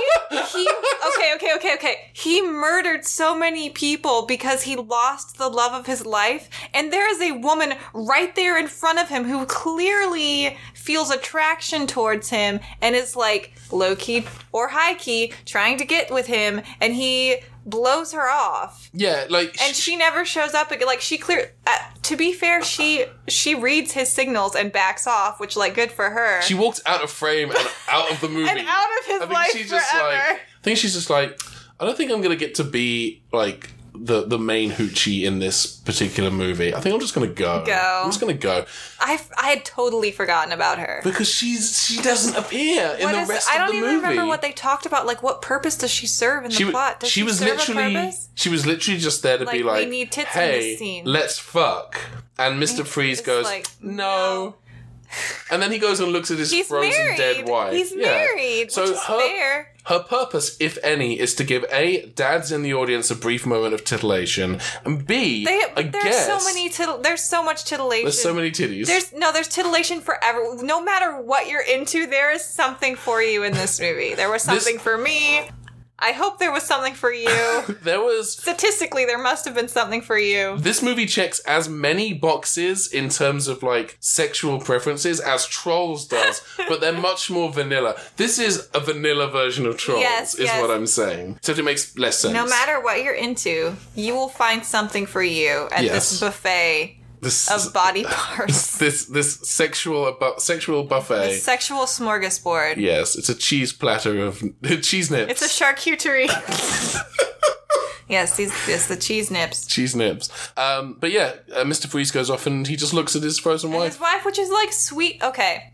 he okay okay okay okay he murdered so many people because he lost the love of his life and there is a woman right there in front of him who clearly feels attraction towards him and is like low key or high key trying to get with him and he blows her off
yeah, like
and she never shows up again like she clear uh, to be fair she she reads his signals and backs off which like good for her
She walked out of frame and out of the movie.
And out of his life
like
forever.
I think she's just like I don't think I'm gonna get to be like the the main hoochie in this particular movie. I think I'm just gonna go.
Go.
I'm just gonna go.
I, I had totally forgotten about her
Because she's she doesn't appear in
What
the
is-
rest
I
of
don't
the
even
movie.
remember what they talked about. Like, what purpose does she serve in the
she, wa-
plot? Does
she was
serve a
literally
purpose?
she was literally just there to
Like,
be
we
like
need tits in
hey
this scene."
let's fuck and Mr. Freeze
It's
goes
like,
no and then he goes and looks at his
He's
frozen
married.
dead wife
He's
Yeah.
married,
so
which is
her
fair.
her purpose if any is to give a dads in the audience a brief moment of titillation and b
They,
I
there's
guess
so many. Tittle, there's so much titillation.
there's so many titties
There's no. There's titillation forever. No matter what you're into, there is something for you in this movie. There was something for me. I hope there was something for you.
there was
Statistically, there must have been something for you.
This movie checks as many boxes in terms of like sexual preferences as Trolls does, but they're much more vanilla. This is a vanilla version of Trolls,
Yes,
is
yes.
what I'm saying. So it makes less sense.
No matter what you're into, you will find something for you at
Yes.
this buffet
this
of body parts.
this this sexual abu- sexual buffet.
A sexual smorgasbord.
yes, it's a cheese platter of cheese nips.
It's a charcuterie. yes, these yes, the cheese nips.
cheese nips. Um, but yeah, uh, Mr. Freeze goes off and he just looks at his frozen
His
wife.
wife, which is like sweet. Okay,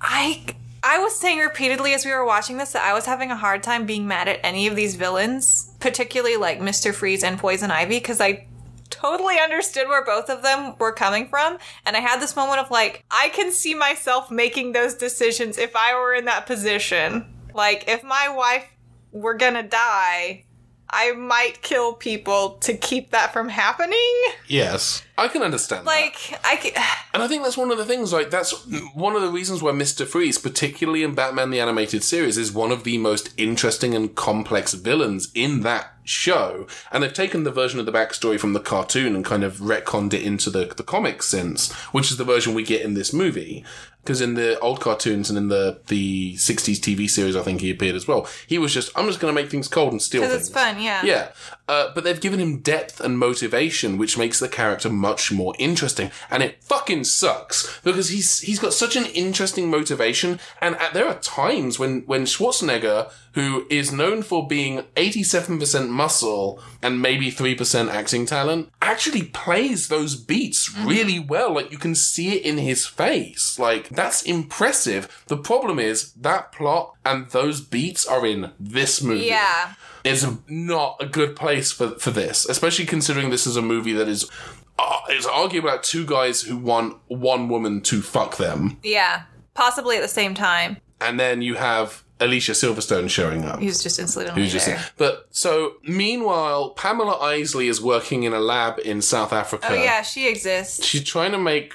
I I was saying repeatedly as we were watching this that I was having a hard time being mad at any of these villains, particularly like Mister Freeze and Poison Ivy, because I totally understood where both of them were coming from and i had this moment of like i can see myself making those decisions if i were in that position like if my wife were gonna die i might kill people to keep that from happening
Yes, I can understand. that.
like i c-
And I think that's one of the things, like, that's one of the reasons why Mr. Freeze, particularly in Batman the Animated Series, is one of the most interesting and complex villains in that show. And they've taken the version of the backstory from the cartoon and kind of retconned it into the, the comic sense, which is the version we get in this movie. Because in the old cartoons and in the, the 60s TV series, I think he appeared as well. He was just, I'm just going to make things cold and steal things.
because it's fun yeah
Yeah, uh, but they've given him depth and motivation, which makes the character much more interesting. And it fucking sucks because uh, he's he's got such an interesting motivation. And at, there are times when when Schwarzenegger, who is known for being 87% muscle and maybe 3% acting talent, actually plays those beats really well. Like you can see it in his face. Like that's impressive. The problem is that plot and those beats are in this movie.
Yeah.
It's not a good place for, for this, especially considering this is a movie that is uh, it's arguing about two guys who want one woman to fuck them,
Yeah. Possibly at the same time.
and then you have Alicia Silverstone showing up.
He was just instantly
Who's just-
there.
but so meanwhile, Pamela Isley is working in a lab in South Africa.
Oh yeah, she exists.
she's trying to make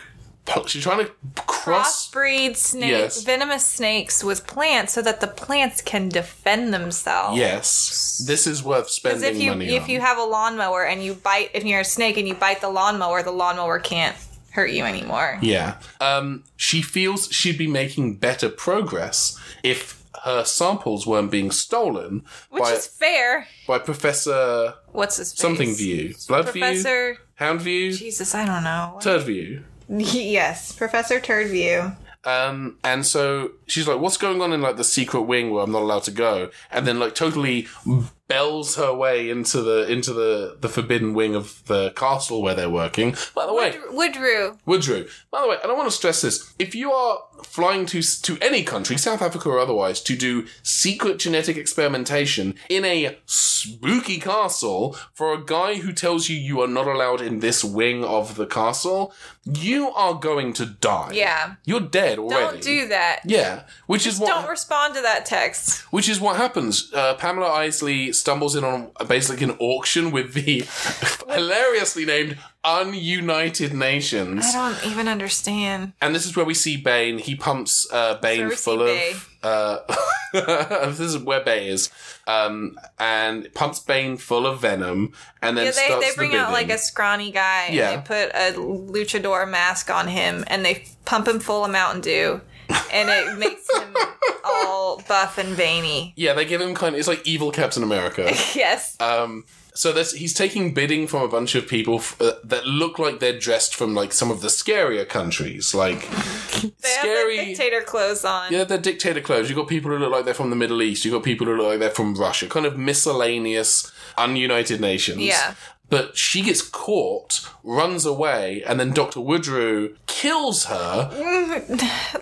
she's trying to cross.
Crossbreed snakes,
Yes.
venomous snakes with plants, so that the plants can defend themselves.
Yes, this is worth
Because
spending
if you
money
if
on.
you have a lawnmower and you bite, if you're a snake and you bite the lawnmower, the lawnmower can't hurt you anymore.
Yeah. Um, she feels she'd be making better progress if her samples weren't being stolen
Which
by,
is fair.
by Professor
What's his face?
something view. Blood view?
Professor.
Hound view?
Jesus, I don't know.
Turd view?
yes, Professor Turdview.
Um, and so she's like, "What's going on in like the secret wing where I'm not allowed to go?" And then like totally bells her way into the into the the forbidden wing of the castle where they're working. By the way,
Woodrue.
Woodrow. By the way, and I want to stress this: if you are flying to to any country, South Africa or otherwise, to do secret genetic experimentation in a spooky castle for a guy who tells you you are not allowed in this wing of the castle, you are going to die.
Yeah.
you're dead already.
Don't do that.
Yeah, which is what
Don't respond to that text.
which is what happens. Uh, Pamela Isley stumbles in on basically an auction with the hilariously named Ununited Nations.
I don't even understand.
And this is where we see Bane. He pumps uh, Bane
Cersei
full
Bay.
of. Uh, this is where Bay is, um, and pumps Bane full of venom, and then
Yeah, they,
starts
they bring
the
out like
bidding.
a scrawny guy
Yeah.
and they put a luchador mask on him and they pump him full of Mountain Dew and it makes him all buff and veiny.
yeah. They give him kind of it's like evil Captain America.
Yes.
Um, so this, he's taking bidding from a bunch of people f- uh, that look like they're dressed from like some of the scarier countries, like
they
scary.
have the dictator clothes on.
Yeah, they're dictator clothes. You've got people who look like they're from the Middle East. You've got people who look like they're from Russia. Kind of miscellaneous, ununited nations.
Yeah.
But she gets caught, runs away, and then Dr. Woodrow kills her.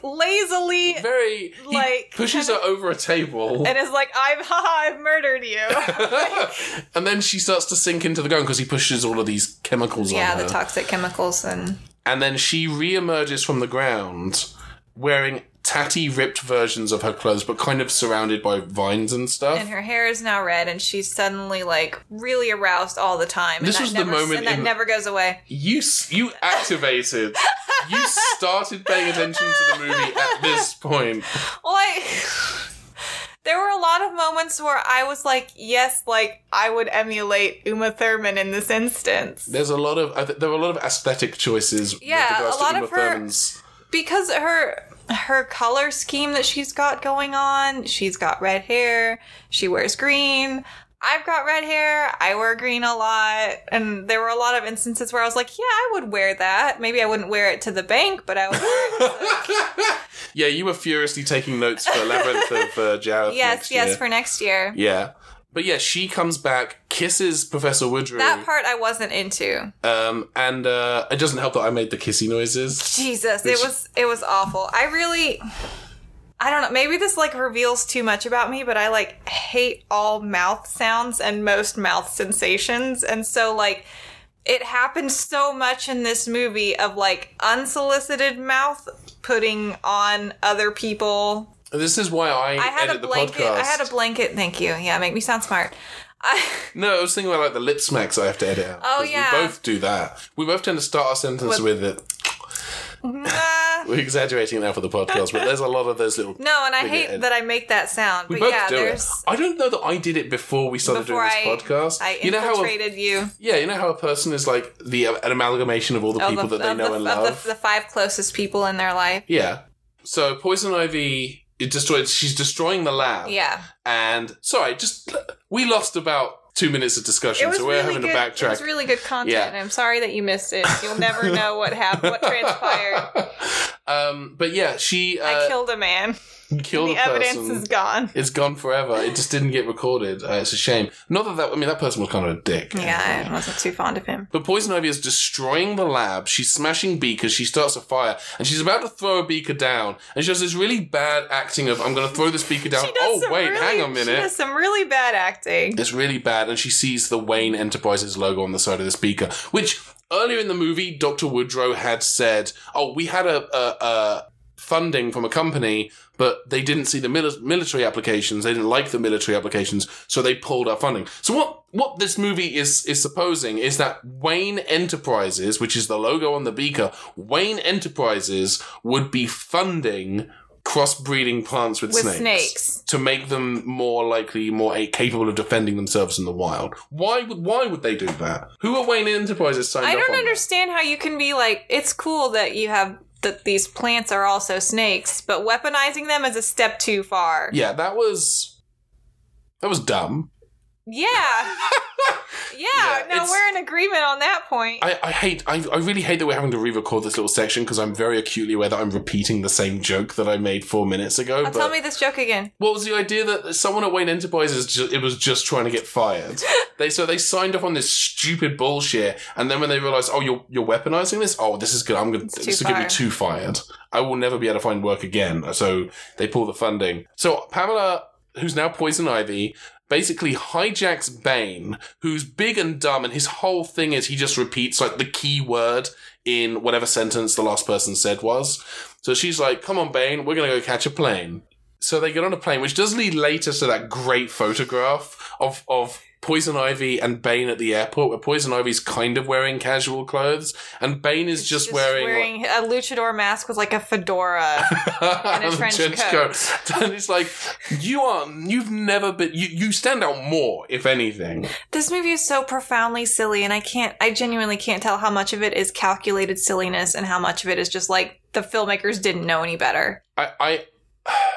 Lazily
Very. he
Like,
pushes her over a table.
and is like, I've haha, I've murdered you.
Oh, And then she starts to sink into the ground because he pushes all of these chemicals on
yeah,
her.
the toxic chemicals and
and then she reemerges from the ground wearing tatty, ripped versions of her clothes, but kind of surrounded by vines and stuff.
and her hair is now red and she's suddenly like really aroused all the time.
This
and
was
that
the
never,
moment
and that
in-
never goes away.
you s- you activated you started paying attention to the movie at this point
Well, I there were a lot of moments where I was like, yes, like I would emulate Uma Thurman in this instance
there's a lot of I th- there were a lot of aesthetic choices
Yeah,
with regards
a lot
to Uma
of her-
Thurman's
because her her color scheme that she's got going on. She's got red hair. She wears green. I've got red hair. I wear green a lot. And there were a lot of instances where I was like, yeah, I would wear that. Maybe I wouldn't wear it to the bank, but I would wear it
yeah you were furiously taking notes for Labyrinth of uh, Jareth
Yes,
next
yes,
year.
for next year.
yeah but yeah she comes back kisses Professor Woodrow
That part I wasn't into.
um, and uh, it doesn't help that I made the kissy noises
Jesus,
Which-
it was it was awful. I really I don't know, maybe this like reveals too much about me, but I like hate all mouth sounds and most mouth sensations. And so like it happened so much in this movie of like unsolicited mouth putting on other people
this is why I,
I had
edit
a
the
blanket.
podcast
I had a blanket. Thank you. Yeah, make me sound smart. I,
No, I was thinking about like the lip smacks I have to edit out.
Oh,
'cause
yeah.
We both do that. We both tend to start our sentence with, it.
uh,
We're exaggerating now for the podcast, but there's a lot of those little.
no, and I
We
hate
did.
that I make that sound.
we
but
both
yeah,
do it.
there's
I don't know that I did it before we started
before
doing
I
this podcast.
I
you know how a,
infiltrated you.
yeah, you know how a person is like the uh, an amalgamation of all the
of
people
Oh, the-
that they
of
know
the-
and
of the-
love.
the five closest people in their life.
yeah. So poison ivy it destroyed. She's destroying the lab.
Yeah,
And sorry, just we lost about two minutes of
it
discussion,
was
so we're
really
having
good.
to backtrack.
It was really good content.
Yeah.
and I'm sorry that you missed it. You'll never know what happened, what transpired.
um, but yeah, she. Uh,
I killed a man.
kill
the
the,
evidence
person.
is gone.
it's gone forever. It just didn't get recorded. Uh, it's a shame. Not that that. I mean, that person was kind of a dick.
Yeah, I wasn't too fond of him.
But Poison Ivy is destroying the lab. She's smashing beakers. She starts a fire, and she's about to throw a beaker down. And she does this really bad acting of "I'm going to throw this beaker down."
She does
Oh
some
wait,
really,
hang a
She
minute.
does some really bad acting.
It's really bad, and she sees the Wayne Enterprises logo on the side of this beaker, which earlier in the movie, Dr. Woodrow had said, Oh, we had a, a, a funding from a company, but they didn't see the mili- military applications. They didn't like the military applications, so they pulled our funding. So, what, what this movie is, is supposing is that Wayne Enterprises, which is the logo on the beaker, Wayne Enterprises would be funding crossbreeding plants with,
With snakes.
to make them more likely, more a- capable of defending themselves in the wild. Why would why would they do that? Who are Wayne Enterprises signed
I
up
don't
on?
understand how you can be like, it's cool that you have that these plants are also snakes, but weaponizing them is a step too far.
Yeah, that was that was dumb.
Yeah. yeah,
Yeah,
no,
it's-
we're in agreement on that point.
I, I hate I, I really hate that we're having to re-record this little section because I'm very acutely aware that I'm repeating the same joke that I made four minutes ago.
Now
but
tell me this joke again.
what was the idea that someone at Wayne Enterprises ju- it was just trying to get fired? they so they signed up on this stupid bullshit, and then when they realized, oh, you're you're weaponizing this. Oh, this is good. I'm gonna
too
this is gonna be
far.
too fired. I will never be able to find work again. So they pull the funding. So Pamela, who's now Poison Ivy. Basically hijacks Bane, who's big and dumb, and his whole thing is he just repeats like the key word in whatever sentence the last person said was. So she's like, "Come on, Bane, we're gonna go catch a plane." So they get on a plane, which does lead later to that great photograph of of Poison Ivy and Bane at the airport, where Poison Ivy's kind of wearing casual clothes, and Bane is just,
Just
wearing,
wearing a luchador mask with like a fedora.
and
a trench
and it's like you are you've never been you, you stand out more, if anything.
This movie is so profoundly silly, and I can't, I genuinely can't tell how much of it is calculated silliness and how much of it is just like the filmmakers didn't know any better.
I I,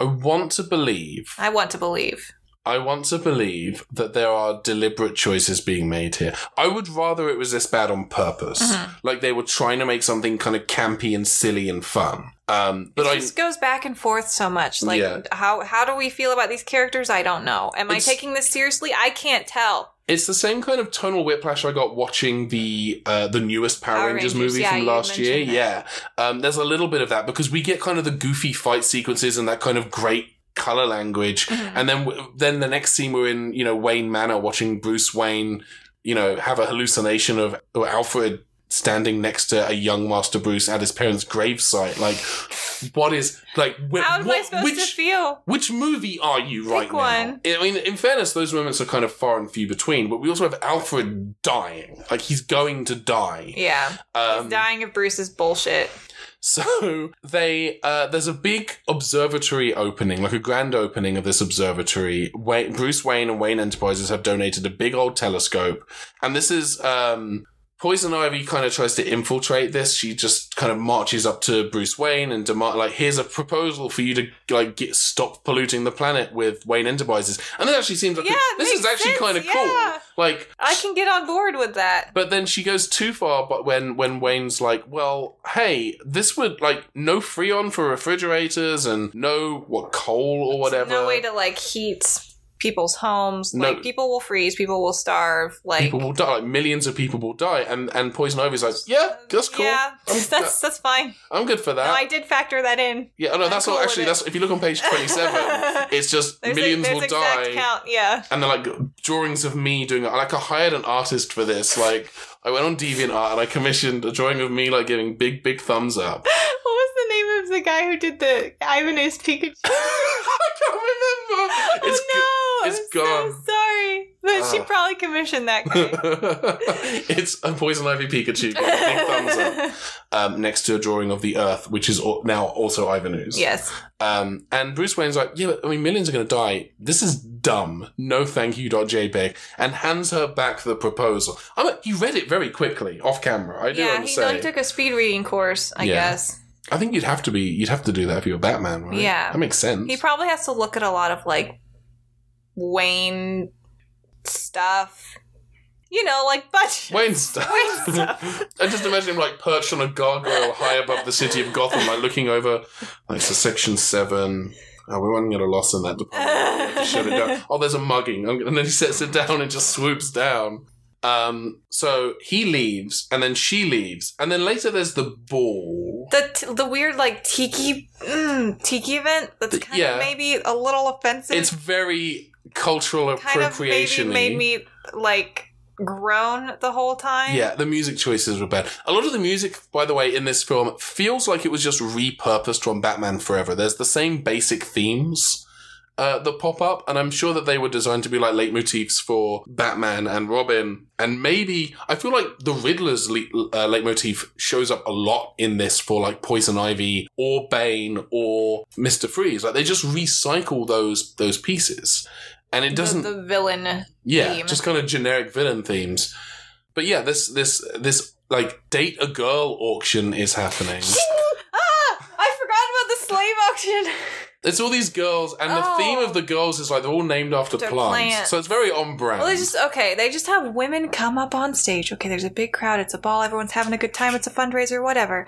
I want to believe
I want to believe.
I want to believe that there are deliberate choices being made here. I would rather it was this bad on purpose. Like they were trying to make something kind of campy and silly and fun. Um, but
It
I,
just goes back and forth so much. Like,
Yeah.
how how do we feel about these characters? I don't know. Am
It's-
I taking this seriously? I can't tell.
it's the same kind of tonal whiplash I got watching the uh, the newest Power,
Power
Rangers,
Rangers,
movie
yeah,
from
you
last year.
mentioned
Yeah, um, there's a little bit of that because we get kind of the goofy fight sequences and that kind of great color language,
Mm-hmm.
and then w- then the next scene we're in, you know, Wayne Manor watching Bruce Wayne, you know, have a hallucination of or Alfred standing next to a young Master Bruce at his parents' gravesite. Like, what is like? wh-
How am I
what-
supposed to
which-
feel?
which movie are you right now?
one.
I mean, in fairness, those moments are kind of far and few between. But we also have Alfred dying; like he's going to die.
Yeah,
Um,
he's dying of Bruce's bullshit.
so they uh, there's a big observatory opening, like a grand opening of this observatory. Wayne, Bruce Wayne and Wayne Enterprises have donated a big old telescope, and this is um, Poison Ivy kind of tries to infiltrate this. She just kind of marches up to Bruce Wayne and demand like, "Here's a proposal for you to like get stop polluting the planet with Wayne Enterprises." And it actually seems like
Yeah, it
this is
makes
actually
sense,
kind of
yeah.
cool. Like
I can get on board with that.
but then she goes too far. But when when Wayne's like, well, hey, this would like no freon for refrigerators and no what coal or whatever.
No way to like heat people's homes.
No.
Like people will freeze. People will starve. Like
people will die. Like millions of people will die. And and Poison Ivy's like, yeah, that's cool.
Yeah,
I'm, uh,
that's that's fine.
I'm good for that.
no, I did factor that in.
yeah, no, that's
I'm cool
all.
with
Actually,
it.
that's if you look on page twenty-seven, it's just
There's
millions
a,
will
there's
die.
exact count. Yeah.
and they're like drawings of me doing like I hired an artist for this. Like I went on DeviantArt and I commissioned a drawing of me like giving big big thumbs up.
What was the name of the guy who did the Ivanhoe's Pikachu?
I can't remember. It's good.
oh no!
it's
I'm
gone.
so sorry. But she
Ah.
probably commissioned that guy.
it's a poison ivy Pikachu giving a big thumbs up um, next to a drawing of the Earth, which is al- now also Ivanhoe's.
yes.
Um, and Bruce Wayne's like, yeah, but, I mean, millions are going to die. This is dumb. No, thank you. JPEG, and hands her back the proposal. I mean, he read it very quickly off camera. I do
Yeah,
want to
he
say.
like, took a speed reading course, I
Yeah.
guess.
I think you'd have to be. You'd have to do that if you were Batman, right?
Yeah.
that makes sense.
He probably has to look at a lot of like Wayne stuff. you know, like butt.
Wayne stuff.
Wayne stuff.
I just imagine him like perched on a gargoyle high above the city of Gotham, like looking over. Like, so section seven. Oh, we won't get a loss in that department. Just shut it down. Oh, there's a mugging. I'm gonna- And then he sets it down and just swoops down. Um, so he leaves, and then she leaves, and then later there's the ball.
The, t- the weird like tiki mm, tiki event that's kind
yeah.
of maybe a little offensive.
It's very cultural
kind of maybe
appropriation.
made me like groan the whole time.
Yeah, the music choices were bad. A lot of the music, by the way, in this film feels like it was just repurposed from Batman Forever. There's the same basic themes uh, that pop up, and I'm sure that they were designed to be like leitmotifs for Batman and Robin. And maybe, I feel like the Riddler's le- uh, leitmotif shows up a lot in this for like Poison Ivy or Bane or Mr. Freeze. Like they just recycle those, those pieces. And it
The-
doesn't
the villain
yeah,
theme.
just kind of generic villain themes. But yeah, this this this like date a girl auction is happening.
ah, I forgot about the slave auction.
it's all these girls, and
Oh.
the theme of the girls is like they're all named after
They're
plants.
plants.
So it's very on brand.
Well, they just okay. They just have women come up on stage. Okay, there's a big crowd. It's a ball. Everyone's having a good time. It's a fundraiser. Whatever.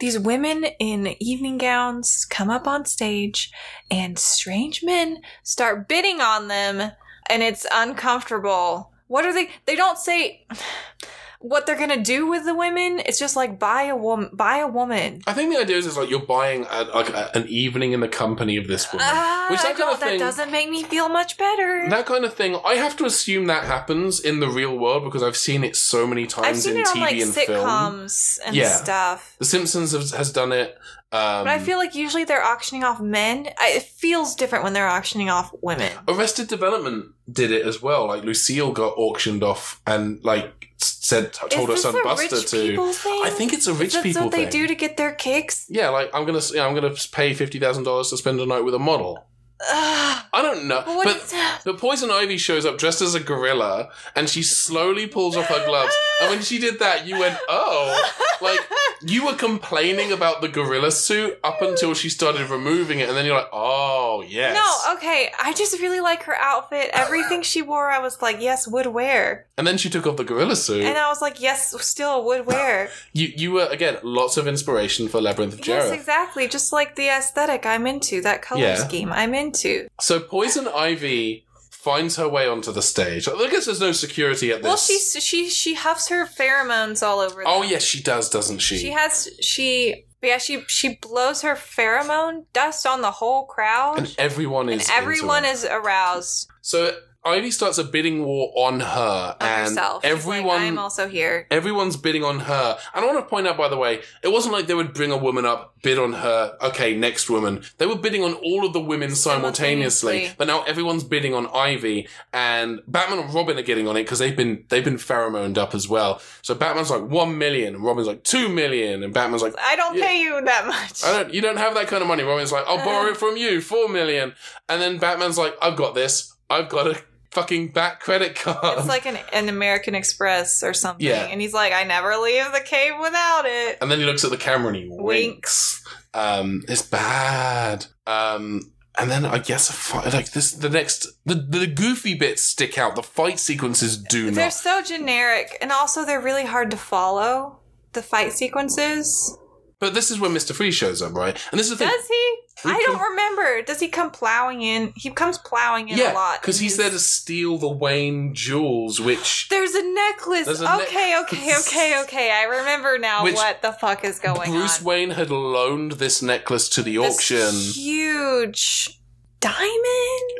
These women in evening gowns come up on stage, and strange men start bidding on them, and it's uncomfortable. What are they? They don't say what they're gonna do with the women. It's just like buy a woman, buy a woman.
I think the idea is, is like you're buying a, like a, an evening in the company of this woman,
Ah,
which
I
that kind
don't-
of thing.
that doesn't make me feel much better.
that kind of thing, I have to assume that happens in the real world because I've seen it so many times
I've seen
in
it
TV
on like
and film.
sitcoms and
Yeah.
stuff.
The Simpsons has, has done it. Um,
But I feel like usually they're auctioning off men. I, it feels different when they're auctioning off women.
Arrested Development did it as well. Like Lucille got auctioned off and like said told her
Is this
son
a
Buster
rich
to.
people thing?
I think it's a rich
Is that
people
what they
thing.
do to get their kicks.
yeah, like I'm gonna yeah, I'm gonna pay fifty thousand dollars to spend a night with a model.
Ugh.
I don't know,
But what
but.
is-
the poison ivy shows up dressed as a gorilla, and she slowly pulls off her gloves. And when she did that, you went, "Oh!" Like you were complaining about the gorilla suit up until she started removing it, and then you're like, "Oh yes."
No, okay. I just really like her outfit. Everything she wore, I was like, yes, would wear.
And then she took off the gorilla suit.
And I was like, yes, still would wear.
You you were again lots of inspiration for Labyrinth of Jareth.
yes, exactly. Just like the aesthetic I'm into, that color
Yeah.
scheme I'm into.
So Poison Ivy finds her way onto the stage. I guess there's no security at this.
Well, she she she huffs her pheromones all over.
Oh yes, she does, doesn't she?
She has she yeah she she blows her pheromone dust on the whole crowd
and
and,
everyone is. into
everyone
it.
is aroused
So Ivy starts a bidding war on her
of
and
herself. She's like,
everyone.
I'm also here.
Everyone's bidding on her. And I want to point out, by the way, it wasn't like they would bring a woman up, bid on her, okay, next woman. They were bidding on all of the women simultaneously,
Simultaneously.
but now everyone's bidding on Ivy, and Batman and Robin are getting on it because they've been they've been pheromoned up as well. So Batman's like one million, and Robin's like two million, and Batman's like.
I don't
Yeah.
pay you that much.
I don't, you don't have that kind of money. Robin's like, I'll borrow it
Uh.
from you, four million. And then Batman's like, I've got this. I've got a fucking back credit card.
It's like an, an American Express or something.
Yeah.
And he's like, I never leave the cave without it.
And then he looks at the camera and he winks.
Winks.
Um, it's bad. Um, and then I guess a fight, like this, the next, the, the goofy bits stick out. The fight sequences do
They're
not.
so generic. And also, they're really hard to follow. The fight sequences.
But this is when Mr. Freeze shows up, right? And this is the thing.
Does he? I don't remember. Does he come plowing in? He comes plowing in a
Yeah,
lot.
because he's there to steal the Wayne jewels, which
There's a necklace.
There's a
okay, okay, okay, okay. I remember now
Which
what the fuck is going
Bruce
on.
Wayne had loaned this necklace to the
This
auction.
huge diamond.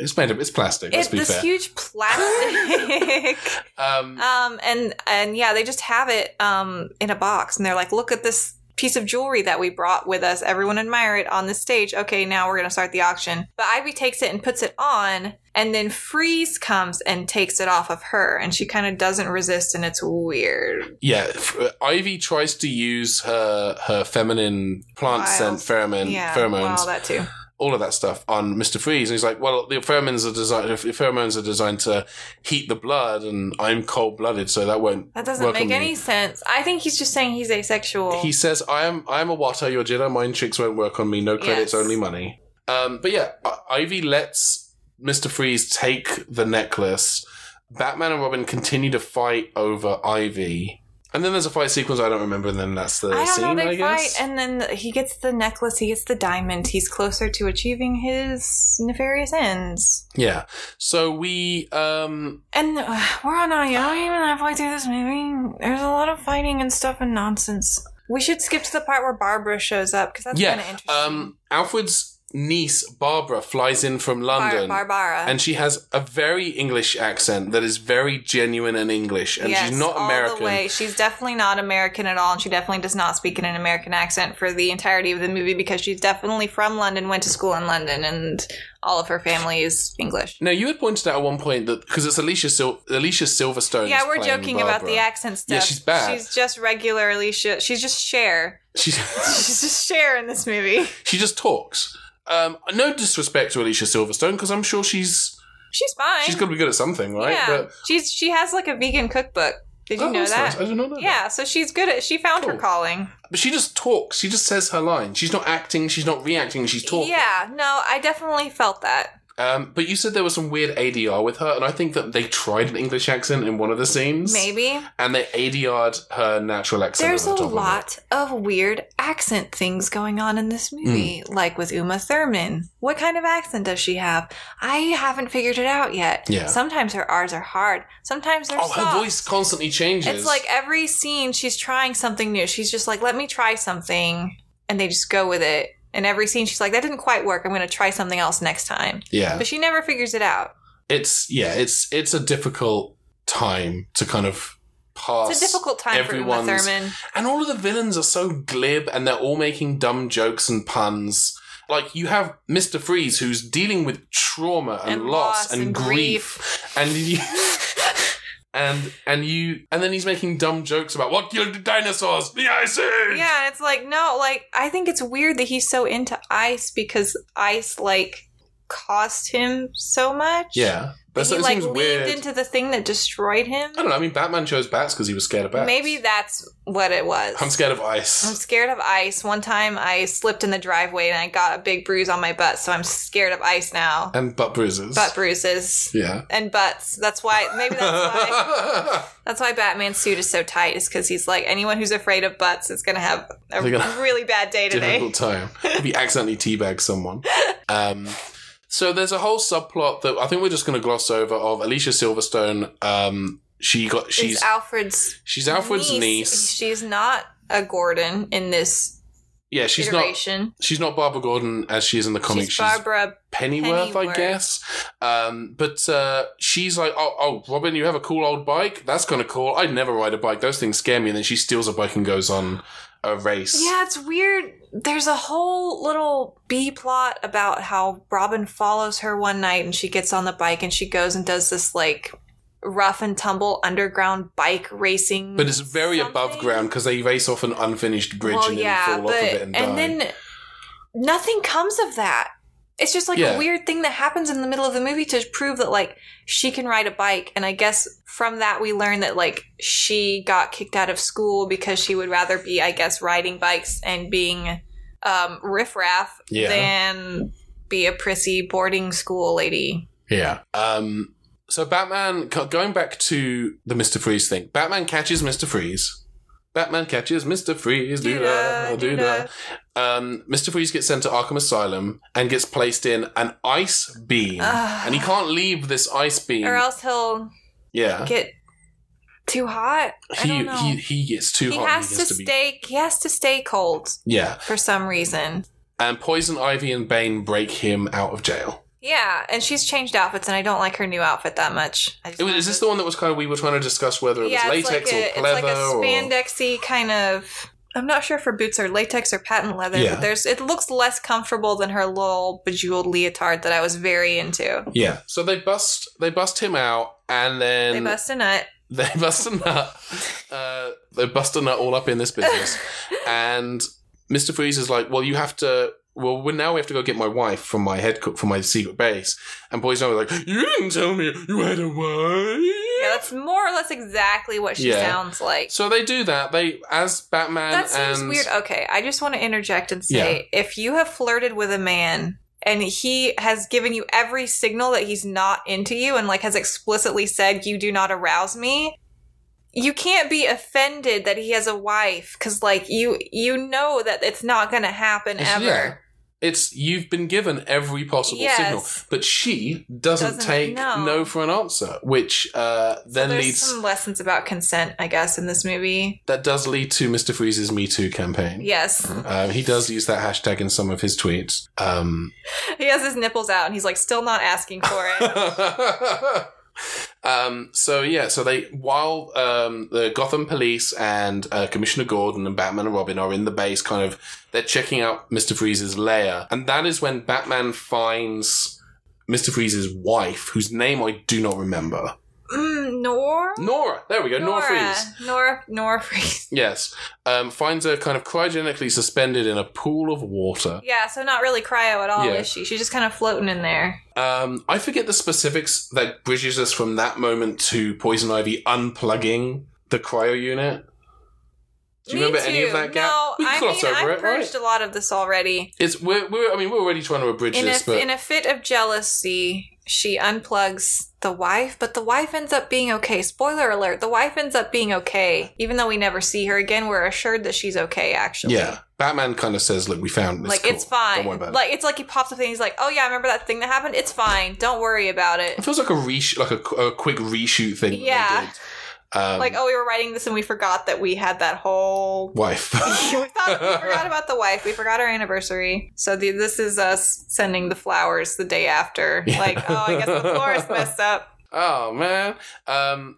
It's made of it's plastic. Let's
It,
be
this
fair.
huge plastic.
um,
um, and and yeah, they just have it um in a box, and they're like, look at this piece of jewelry that we brought with us. Everyone admire it on the stage. Okay, now we're gonna start the auction. But Ivy takes it and puts it on, and then Freeze comes and takes it off of her, and she kind of doesn't resist, and it's weird.
yeah, f- uh, Ivy tries to use her her feminine plant scent
Wild.
pheromone
Yeah,
pheromones.
wow, that too.
all of that stuff on Mr. Freeze. And he's like, well, the pheromones are designed, the pheromones are designed to heat the blood and I'm cold blooded, so that won't.
That doesn't
work on
make
me."
any sense. I think he's just saying he's asexual.
He says, I am, I am a Watto, your Jedi mind tricks won't work on me, no credits,
Yes.
only money. Um, but yeah, I- Ivy lets Mr. Freeze take the necklace. Batman and Robin continue to fight over Ivy. And then there's a fight sequence I don't remember, and then that's the
I don't
scene,
know. They
I
fight,
guess.
and then he gets the necklace. He gets the diamond. He's closer to achieving his nefarious ends.
yeah. So we um
And uh, we're on audio even halfway through this movie. There's a lot of fighting and stuff and nonsense. We should skip to the part where Barbara shows up because that's kind of
yeah.
interesting.
Um Alfred's niece, Barbara, flies in from
Bar-
London.
Barbara.
and she has a very English accent that is very genuine and English, and
Yes,
she's not
All the
American.
way. She's definitely not American at all, and she definitely does not speak in an American accent for the entirety of the movie because she's definitely from London, went to school in London, and all of her family is English.
Now you had pointed out at one point that because it's Alicia Sil- Alicia Silverstone.
Yeah, we're joking about the accent stuff.
Yeah, she's bad.
She's just regularly. Sh- she's just Cher.
She's,
She's just Cher in this movie.
she just talks. Um, no disrespect to Alicia Silverstone because I'm sure she's
She's fine.
she's going to be good at something, right?
yeah, she's she has like a vegan cookbook. Did you
Oh,
know
that's
that?
nice. I didn't know that.
Yeah, so she's good at. She found her
Cool.
calling.
but she just talks. She just says her line. She's not acting. She's not reacting. She's talking.
Yeah, no, I definitely felt that.
Um, but you said there was some weird ADR with her, and I think that they tried an English accent in one of the scenes.
Maybe
and they ADR'd her natural accent.
There's a
on top of it.
lot of weird accent things going on in
Hmm.
this movie, like with Uma Thurman. What kind of accent does she have? I haven't figured it out yet.
Yeah.
Sometimes her R's are hard. Sometimes they're
Oh,
soft.
her voice constantly changes.
It's like every scene she's trying something new. She's just like, "Let me try something," and they just go with it. And every scene she's like, "That didn't quite work. I'm going to try something else next time."
yeah,
But she never figures it out.
it's yeah, it's it's a difficult time to kind of pass.
It's a difficult time for Uma
everyone's-
Thurman.
And all of the villains are so glib, and they're all making dumb jokes and puns. Like you have Mister Freeze, who's dealing with trauma and,
And
loss
loss
and,
and
grief, and you. And and you and then he's making dumb jokes about what you dinosaurs the ice age
Yeah, and it's like no, like I think it's weird that he's so into ice because ice like cost him so much.
yeah
That
but so
he
it
like
seems
leaned
weird
into the thing that destroyed him.
I don't know. I mean, Batman chose bats because he was scared of bats.
Maybe that's what it was.
I'm scared of ice.
I'm scared of ice. One time I slipped in the driveway and I got a big bruise on my butt, so I'm scared of ice now.
and butt bruises.
Butt bruises
yeah.
and butts. That's why maybe that's why that's why Batman's suit is so tight is cuz he's like anyone who's afraid of butts is going to have a
They're gonna-
really bad day today.
Difficult time. If you accidentally teabag someone. Um, so there's a whole subplot that I think we're just going to gloss over of Alicia Silverstone. Um, she got she's
is Alfred's
she's Alfred's niece.
She's not a Gordon in this
Yeah, she's
iteration.
not she's not Barbara Gordon as she is in the comics.
she's Barbara.
Pennyworth, I
Pennyworth.
guess. Um, but uh, she's like, oh, oh, Robin, you have a cool old bike? That's kind of cool. I'd never ride a bike. Those things scare me. And then she steals a bike and goes on a race.
Yeah, it's weird. There's a whole little B plot about how Robin follows her one night and she gets on the bike and she goes and does this like rough and tumble underground bike racing.
But it's very
something.
above ground because they race off an unfinished bridge
Well,
and then
yeah,
fall
but
off of it and, die.
then nothing comes of that. It's just like
Yeah.
a weird thing that happens in the middle of the movie to prove that like she can ride a bike, and I guess from that we learn that like she got kicked out of school because she would rather be, I guess, riding bikes and being um, riffraff
Yeah.
than be a prissy boarding school lady.
Yeah. Um, so Batman, co- going back to the Mister Freeze thing, Batman catches Mister Freeze. Batman catches Mister Freeze. Do da,
Doo-dah,
do da. Um, Mister Freeze gets sent to Arkham Asylum and gets placed in an ice beam,
Ugh.
and he can't leave this ice beam.
Or else he'll
yeah,
get too hot. I
Uh. he
don't know.
he he gets too
he
hot.
has
he
to,
gets be-
stay. He has to stay cold
Yeah,
for some reason.
and Poison Ivy and Bane break him out of jail.
Yeah, and she's changed outfits, and I don't like her new outfit that much. I just
It was, is this the one that was kind of we were trying to discuss whether it
yeah,
was
it's
latex
like a,
or
it's like
pleather
a
or
spandexy kind of. I'm not sure if her boots are latex or patent leather,
Yeah.
but there's it looks less comfortable than her little bejeweled leotard that I was very into.
yeah. So they bust they bust him out, and then
they bust a nut.
They bust a nut. Uh, they bust a nut all up in this business. and Mr. Freeze is like, well, you have to. Well, we- now we have to go get my wife from my head cook from my secret base. And Boys Now like, you didn't tell me you had a wife.
Yeah, that's more or less exactly what she
Yeah.
sounds like.
So they do that. They, as Batman
That seems
and.
weird. Okay, I just want to interject and say if you have flirted with a man and he has given you every signal that he's not into you and like has explicitly said you do not arouse me you can't be offended that he has a wife because like you you know that it's not gonna happen
It's-
ever
yeah. It's you've been given every possible
Yes.
signal, but she doesn't,
Doesn't
take
know.
no for an answer, which uh, then
there's
leads
some lessons about consent i guess in this movie
that does lead to Mr. Freeze's Me Too campaign.
yes
Um, he does use that hashtag in some of his tweets. Um,
he has his nipples out and he's like still not asking for it
um, so yeah, so they while um, the Gotham police and uh, Commissioner Gordon and Batman and Robin are in the base, kind of they're checking out Mister Freeze's lair, and that is when Batman finds Mister Freeze's wife, whose name I do not remember.
mm, nor
Nora. There we go. Nora, Freeze.
Nora, Nora Freeze.
Yes. Um, finds her kind of cryogenically suspended in a pool of water.
Yeah, so not really cryo at all,
Yeah.
is she? She's just kind of floating in there.
Um, I forget the specifics that bridges us from that moment to Poison Ivy unplugging the cryo unit. Do you
Me
remember any
too.
of that gap?
No,
we
I
gloss
mean
over
I've
it, right?
purged a lot of this already.
It's we're, we're I mean we're already trying to abridge
In
this,
a
but
in a fit of jealousy, she unplugs the wife, but the wife ends up being okay. Spoiler alert: the wife ends up being okay, even though we never see her again. We're assured that she's okay. Actually,
yeah, Batman kind of says, "Look, we found this.
Like
cool.
it's fine.
Don't worry about it."
Like it's like he pops up and he's like, "Oh yeah, I remember that thing that happened. It's fine. Don't worry about it."
It feels like a reshoot, like a, qu- a quick reshoot thing. that they
Yeah.
did. Um,
Like, oh, we were writing this and we forgot that we had that whole
wife.
we thought we forgot about the wife. We forgot our anniversary. So the, this is us sending the flowers the day after. Like, oh, I guess the florist messed up.
Oh man. Um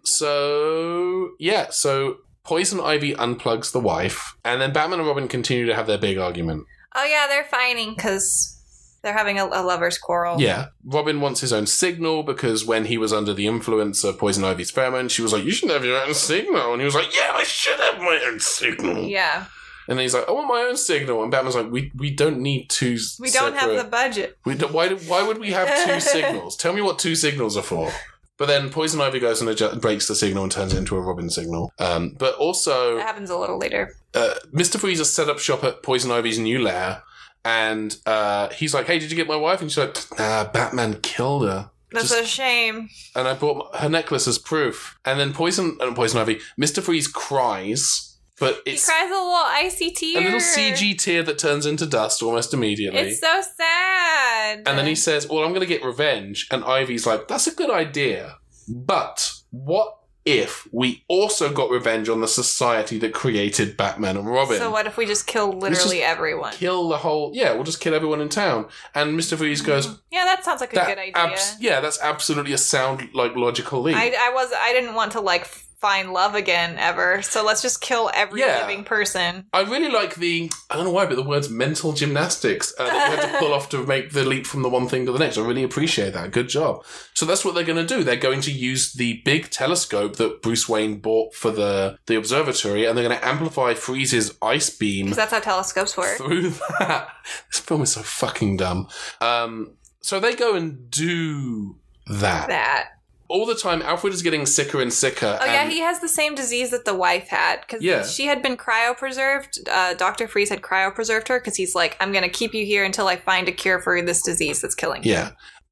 so yeah, so Poison Ivy unplugs the wife, and then Batman and Robin continue to have their big argument.
Oh yeah, they're fighting because they're having a, a lovers' quarrel.
Yeah. Robin wants his own signal because when he was under the influence of Poison Ivy's pheromone, she was like, You should have your own signal. And he was like, Yeah, I should have my own signal.
Yeah.
And then he's like, I want my own signal. And Batman's like, We we don't need two
We don't have
separate-
the budget.
We do why, do- why would we have two signals? Tell me what two signals are for. But then Poison Ivy goes and adju- breaks the signal and turns it into a Robin signal. Um, but
That
also,
happens a little later.
uh, Mr. Freeze has set up shop at Poison Ivy's new lair. And uh, he's like, hey, did you get my wife? And she's like, nah, Batman killed her.
That's
Just-
a shame.
And I brought her necklace as proof. And then Poison, uh, Poison Ivy, Mr. Freeze cries, but
He
it's
cries a little icy tear.
a little CG tear that turns into dust almost immediately.
It's so sad.
And then he says, Well, I'm going to get revenge. And Ivy's like, That's a good idea. But what if we also got revenge on the society that created Batman and Robin?
So what if we just kill literally everyone?
Kill the whole. Yeah, we'll just kill everyone in town. And Mr. Freeze goes,
yeah, that sounds like Mm, a
that
good idea.
abs- Yeah, that's absolutely a sound, like, logical leap.
I, I was I didn't want to like find love again ever. So let's just kill every
Yeah.
living person.
I really like the I don't know why, but the words mental gymnastics uh, that you had to pull off to make the leap from the one thing to the next. I really appreciate that. Good job. So that's what they're going to do. They're going to use the big telescope that Bruce Wayne bought for the the observatory, and they're going to amplify Freeze's ice beam
Because that's how telescopes work.
through that. This film is so fucking dumb. Um, so they go and do that.
That.
all the time. Alfred is getting sicker and sicker.
Oh yeah,
and
he has the same disease that the wife had because
Yeah.
she had been cryopreserved. Uh, Doctor Freeze had cryopreserved her because he's like, I'm gonna keep you here until I find a cure for this disease that's killing you.
Yeah.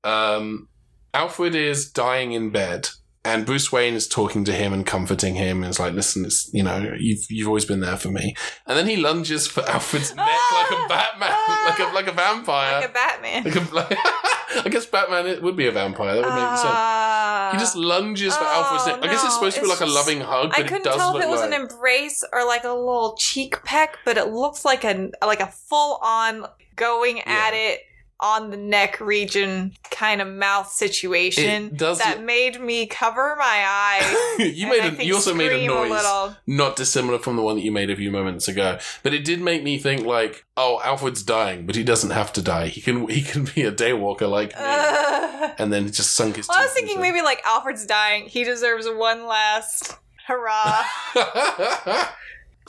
Um, Alfred is dying in bed, and Bruce Wayne is talking to him and comforting him. And is like, "Listen, it's you know, you've you've always been there for me." And then he lunges for Alfred's neck like a Batman,
Ah!
like a like a
Like
vampire.
a Batman.
Like a, like I guess Batman it would be a vampire. That would make sense.
Ah.
He just lunges for
oh,
Alfred's neck. I guess it's
no,
supposed to be
it's
like a
just-
loving hug, but
I
it
couldn't
does
tell
look
if it was
like
an embrace or like a little cheek peck, but it looks like a like a full on going at it on the neck region kind of mouth situation
It does
that
look-
made me cover my eyes.
you
and
made
I
a,
think
you also made a
scream a
noise
little.
not dissimilar from the one that you made a few moments ago but it did make me think like oh alfred's dying but he doesn't have to die he can he can be a daywalker like me
Ugh.
and then he just sunk his
Uh. well, I was
teeth
thinking
into
maybe like Alfred's dying. He deserves one last hurrah.
it.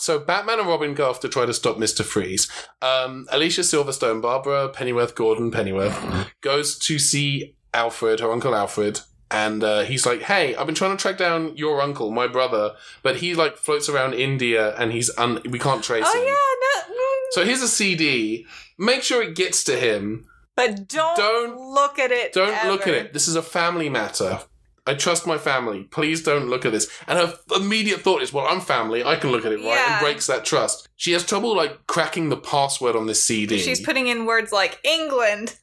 So Batman and Robin go off to try to stop Mister Freeze. Um, Alicia Silverstone, Barbara Pennyworth, Gordon Pennyworth goes to see Alfred, her uncle Alfred, and uh, he's like, "Hey, I've been trying to track down your uncle, my brother, but he like floats around India and he's un- we can't trace him."
oh yeah, no. mm.
So here's a CD. Make sure it gets to him.
But don't,
Don't-
look at it.
Don't look at
ever.
it. This is a family matter. I trust my family. Please don't look at this. And her immediate thought is, well, I'm family. I can look at it, right?
Yeah.
And breaks that trust. She has trouble, like, cracking the password on this CD.
She's putting in words like England.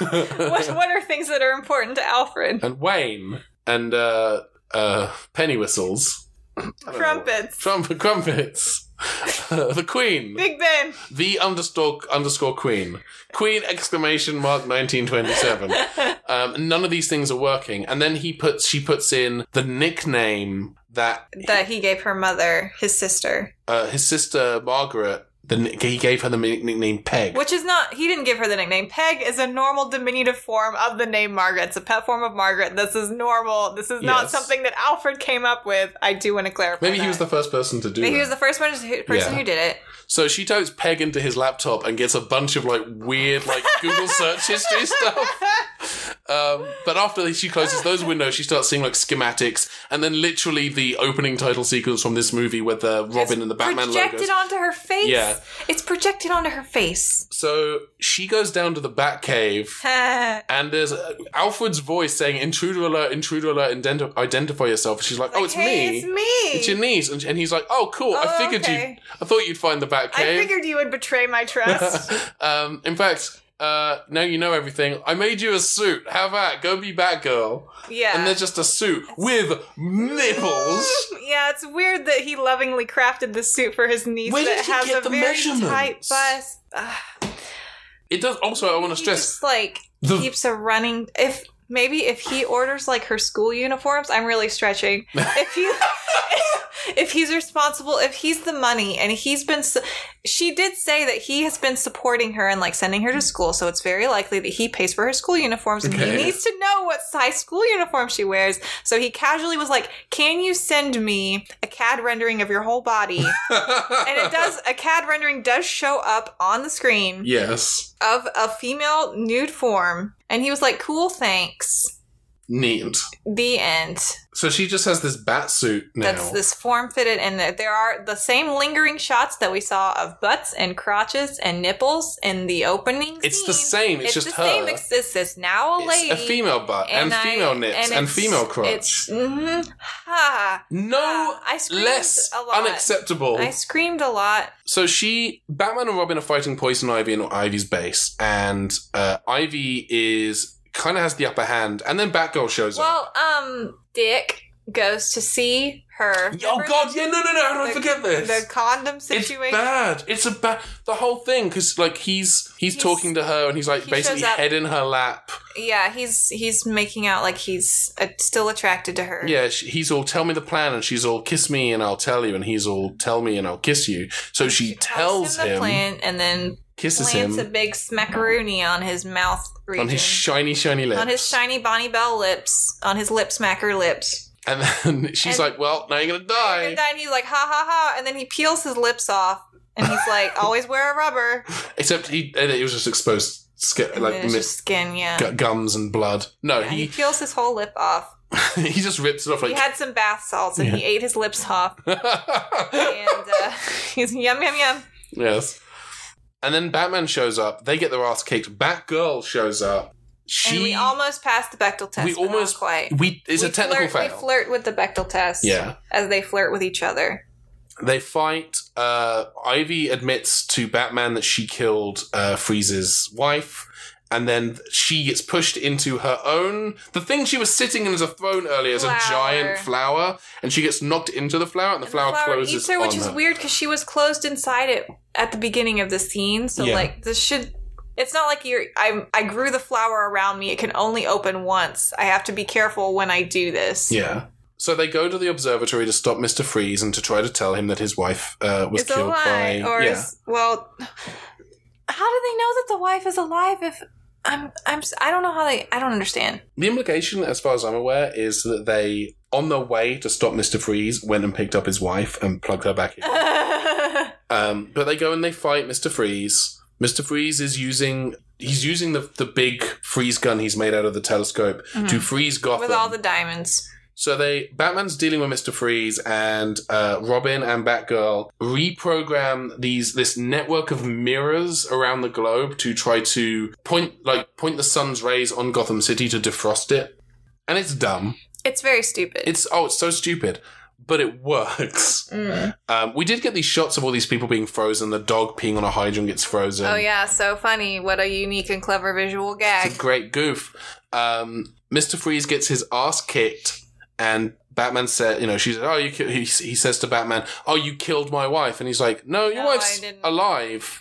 what, what are things that are important to Alfred?
and Wayne and uh, uh, penny whistles, know.
Trumpets.
trumpet crumpets, the Queen,
Big Ben.
the underscore underscore Queen, Queen exclamation mark nineteen twenty seven. Um, none of these things are working, and then he puts she puts in the nickname that
That he gave her mother, his sister.
uh, his sister Margaret. The, nick- he gave her the nick- nickname Peg.
Which is not, he didn't give her the nickname. Peg is a normal diminutive form of the name Margaret. It's a pet form of Margaret. This is normal. This is not
Yes.
something that Alfred came up with. I do want to clarify.
Maybe he
that.
was the first person to do
Maybe
that.
he was the first one, who- person
Yeah.
who did it.
so she types Peg into his laptop and gets a bunch of like weird like Google search history stuff. Um, but after she closes those windows, she starts seeing like schematics, and then literally the opening title sequence from this movie with the Robin and the Batman
projected
logos.
onto her face.
Yeah.
It's projected onto her face.
so she goes down to the Batcave, and there's uh, Alfred's voice saying, "Intruder alert! Intruder alert! Identi- identify yourself." She's like, "Oh, it's
hey,
me."
It's me.
It's your niece, and, and he's like, "Oh, cool!
Oh,
I figured
okay.
you. I thought you'd find the Batcave."
I figured you would betray my trust.
um, in fact, uh, now you know everything. I made you a suit. How about go be Batgirl?
Yeah.
And they're just a suit with nipples.
yeah, it's weird that he lovingly crafted this suit for his niece
Where did
that
he
has
get
a
the
very tight
measurements?
bust. Ugh,
It does. Also, I want to
he
stress
just like
The-
keeps a running if maybe if he orders like her school uniforms, I'm really stretching. If he if he's responsible, if he's the money and he's been su- she did say that he has been supporting her and like sending her to school, so it's very likely that he pays for her school uniforms and he
Okay.
needs to know what size school uniform she wears. So he casually was like, "Can you send me a CAD rendering of your whole body?" and it does a CAD rendering does show up on the screen
yes,
of a female nude form, and he was like, "Cool, thanks."
neat.
The end.
So she just has this bat suit now.
That's this form fitted, and there- there are the same lingering shots that we saw of butts and crotches and nipples in the opening.
It's
scene.
the same, it's just
the same.
her.
It's, it's, it's now a lady,
It's a female butt and,
I-
female nips and,
it's-
female crotch.
It's mhm. ha.
No
Ah, I screamed
less
a lot.
unacceptable.
I screamed a lot.
So she, Batman and Robin are fighting Poison Ivy in Ivy's base, and uh, Ivy is kind of has the upper hand, and then Batgirl shows up.
Well, um, Dick goes to see her.
Oh
Remember
God! Yeah, no, no, no! How did I
the-
forget this?
The condom situation.
It's bad. It's a bad. The whole thing because like he's, he's
He's-
talking to her and he's like
he
basically
shows up-
head in her lap.
Yeah, he's he's making out like he's uh, still attracted to her.
Yeah, she, he's all tell me the plan and she's all kiss me and I'll tell you and he's all tell me and I'll kiss you. So she, tells
the
him,
plan and then
kisses
plants a
him
big smackaroonie on his mouth region,
on his shiny shiny lips.
on his shiny Bonnie Bell lips, on his lip smacker lips.
and then she's
And-
like, "Well, now you're gonna
And
die."
then he's like ha ha ha, and then he peels his lips off, and he's like always wear a rubber,
Except he and it was just exposed skin,
and then
like
it's
mi-
just skin, yeah.
gu- gums and blood. No,
And he
he
peels his whole lip off.
he just rips it off
He
like.
had some bath salts and he ate his lips off. And uh, he's yum yum yum.
yes. And then Batman shows up. They get their ass kicked. Batgirl shows up. She
and we almost passed the Bechtel test.
we
but not
almost-
quite.
we- it's
We
a technical
flirt,
fail.
We flirt with the Bechtel test.
Yeah.
As they flirt with each other.
They fight. Uh, Ivy admits to Batman that she killed uh, Freeze's wife, and then she gets pushed into her own. The thing she was sitting in as a throne earlier is a
Flower.
giant flower, and she gets knocked into the flower, and the, flower, closes
eats her, which
on
is
her.
weird because she was closed inside it at the beginning of the scene. So
Yeah.
like this should. It's not like you're. I I grew the flower around me. It can only open once. I have to be careful when I do this.
Yeah. So they go to the observatory to stop Mister Freeze and to try to tell him that his wife uh, was
It's a
killed
lie,
by.
or
yeah.
is, well, how do they know that the wife is alive if I'm I'm s- I don't know how they I don't understand.
The implication, as far as I'm aware, is that they, on their way to stop Mister Freeze, went and picked up his wife and plugged her back in. Um, but they go and they fight Mister Freeze. Mister Freeze is using he's using the the big freeze gun he's made out of the telescope to freeze Gotham
with all the diamonds.
So they Batman's dealing with Mister Freeze, and uh, Robin and Batgirl reprogram these this network of mirrors around the globe to try to point like point the sun's rays on Gotham City to defrost it, and it's dumb.
It's very stupid.
It's oh, it's so stupid, but it works.
Mm.
Um, we did get these shots of all these people being frozen. The dog peeing on a hydrant gets frozen.
Oh yeah, so funny. What a unique and clever visual
It's a
gag.
great goof. Um, Mr. Freeze gets his ass kicked, and Batman said, "You know, she said, oh, you." Ki-, he, he says to Batman, "Oh, you killed my wife," and he's like, "No, your
No, I
wife's
didn't."
alive."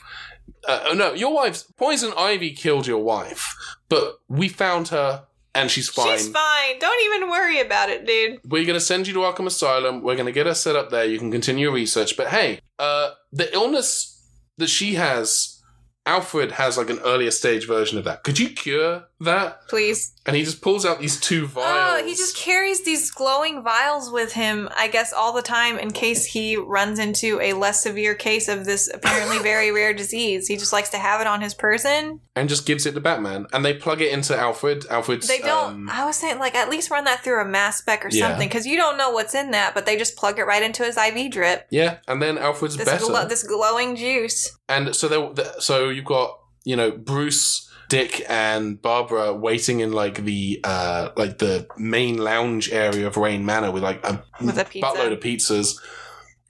Uh, oh, no, your wife's poison ivy killed your wife, but we found her and she's fine.
She's fine. Don't even worry about it, dude.
We're going to send you to Arkham Asylum. We're going to get her set up there. You can continue your research. But hey, uh, the illness that she has, Alfred has like an earlier stage version of that. Could you cure that?
Please.
and he just pulls out these two vials.
Oh, he just carries these glowing vials with him, I guess, all the time in case he runs into a less severe case of this apparently very rare disease. He just likes to have it on his person.
and just gives it to Batman, and they plug it into Alfred. Alfred's
They don't.
um,
I was saying, like, at least run that through a mass spec or
Yeah.
something, because you don't know what's in that, but they just plug it right into his IV drip.
yeah, and then Alfred's
This,
better,
glo- this glowing juice.
and so they so you've got you know Bruce. Dick and Barbara waiting in like the uh like the main lounge area of Rain Manor with like a,
With a pizza.
buttload of pizzas,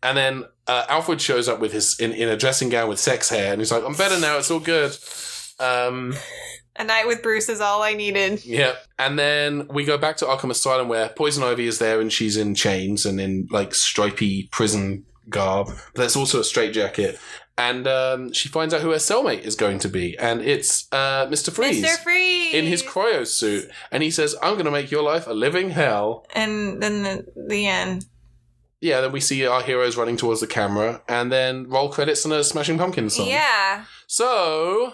and then uh, Alfred shows up with his in, in a dressing gown with sex hair, and he's like, "I'm better now. It's all good." Um,
A night with Bruce is all I needed.
Yeah. And then we go back to Arkham Asylum where Poison Ivy is there and she's in chains and in like stripy prison garb. But that's also a straitjacket. And um, she finds out who her cellmate is going to be. And it's uh, Mr. Freeze.
Mr. Freeze!
in his cryo suit, and he says, "I'm going to make your life a living hell."
and then the, the end.
Yeah. Then we see our heroes running towards the camera, and then roll credits and a Smashing Pumpkins song.
Yeah.
So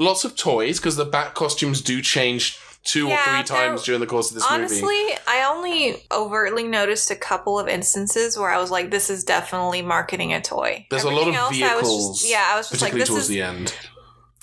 lots of toys because the bat costumes do change two
Yeah,
or three
they're-
times during the course of this movie.
Honestly, I only overtly noticed a couple of instances where I was like, this is definitely marketing a toy.
There's a lot of
Everything else, I was just-
vehicles,
yeah, I was just like,
particularly
this
towards
is.
the end.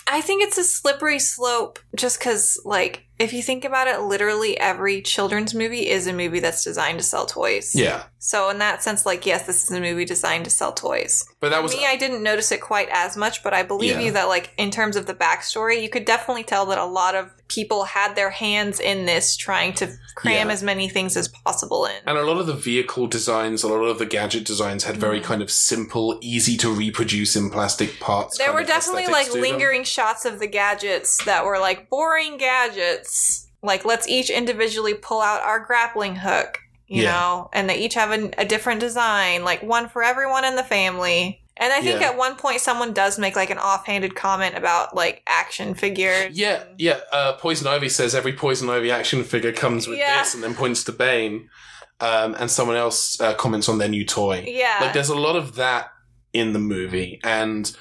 I think it's a slippery slope just because, like, if you think about it, literally every children's movie is a movie that's designed to sell toys.
Yeah,
So, in that sense, like, yes, this is a movie designed to sell toys.
but that was
me, I didn't notice it quite as much, but I believe
Yeah.
you that, like, in terms of the backstory, you could definitely tell that a lot of people had their hands in this, trying to cram
Yeah.
as many things as possible in.
and a lot of the vehicle designs, a lot of the gadget designs had very
Mm-hmm.
kind of simple, easy to reproduce in plastic parts.
there
kind
were
of
definitely
aesthetics
like
to them.
lingering shots of the gadgets that were like boring gadgets. Like, let's each individually pull out our grappling hook, you
Yeah.
know, and they each have an, a different design, like one for everyone in the family. And I think
Yeah.
at one point someone does make like an offhanded comment about like action figures.
Yeah, yeah. Uh, Poison Ivy says every Poison Ivy action figure comes with
Yeah.
this, and then points to Bane. Um, and someone else uh, comments on their new toy.
Yeah.
Like there's a lot of that in the movie, and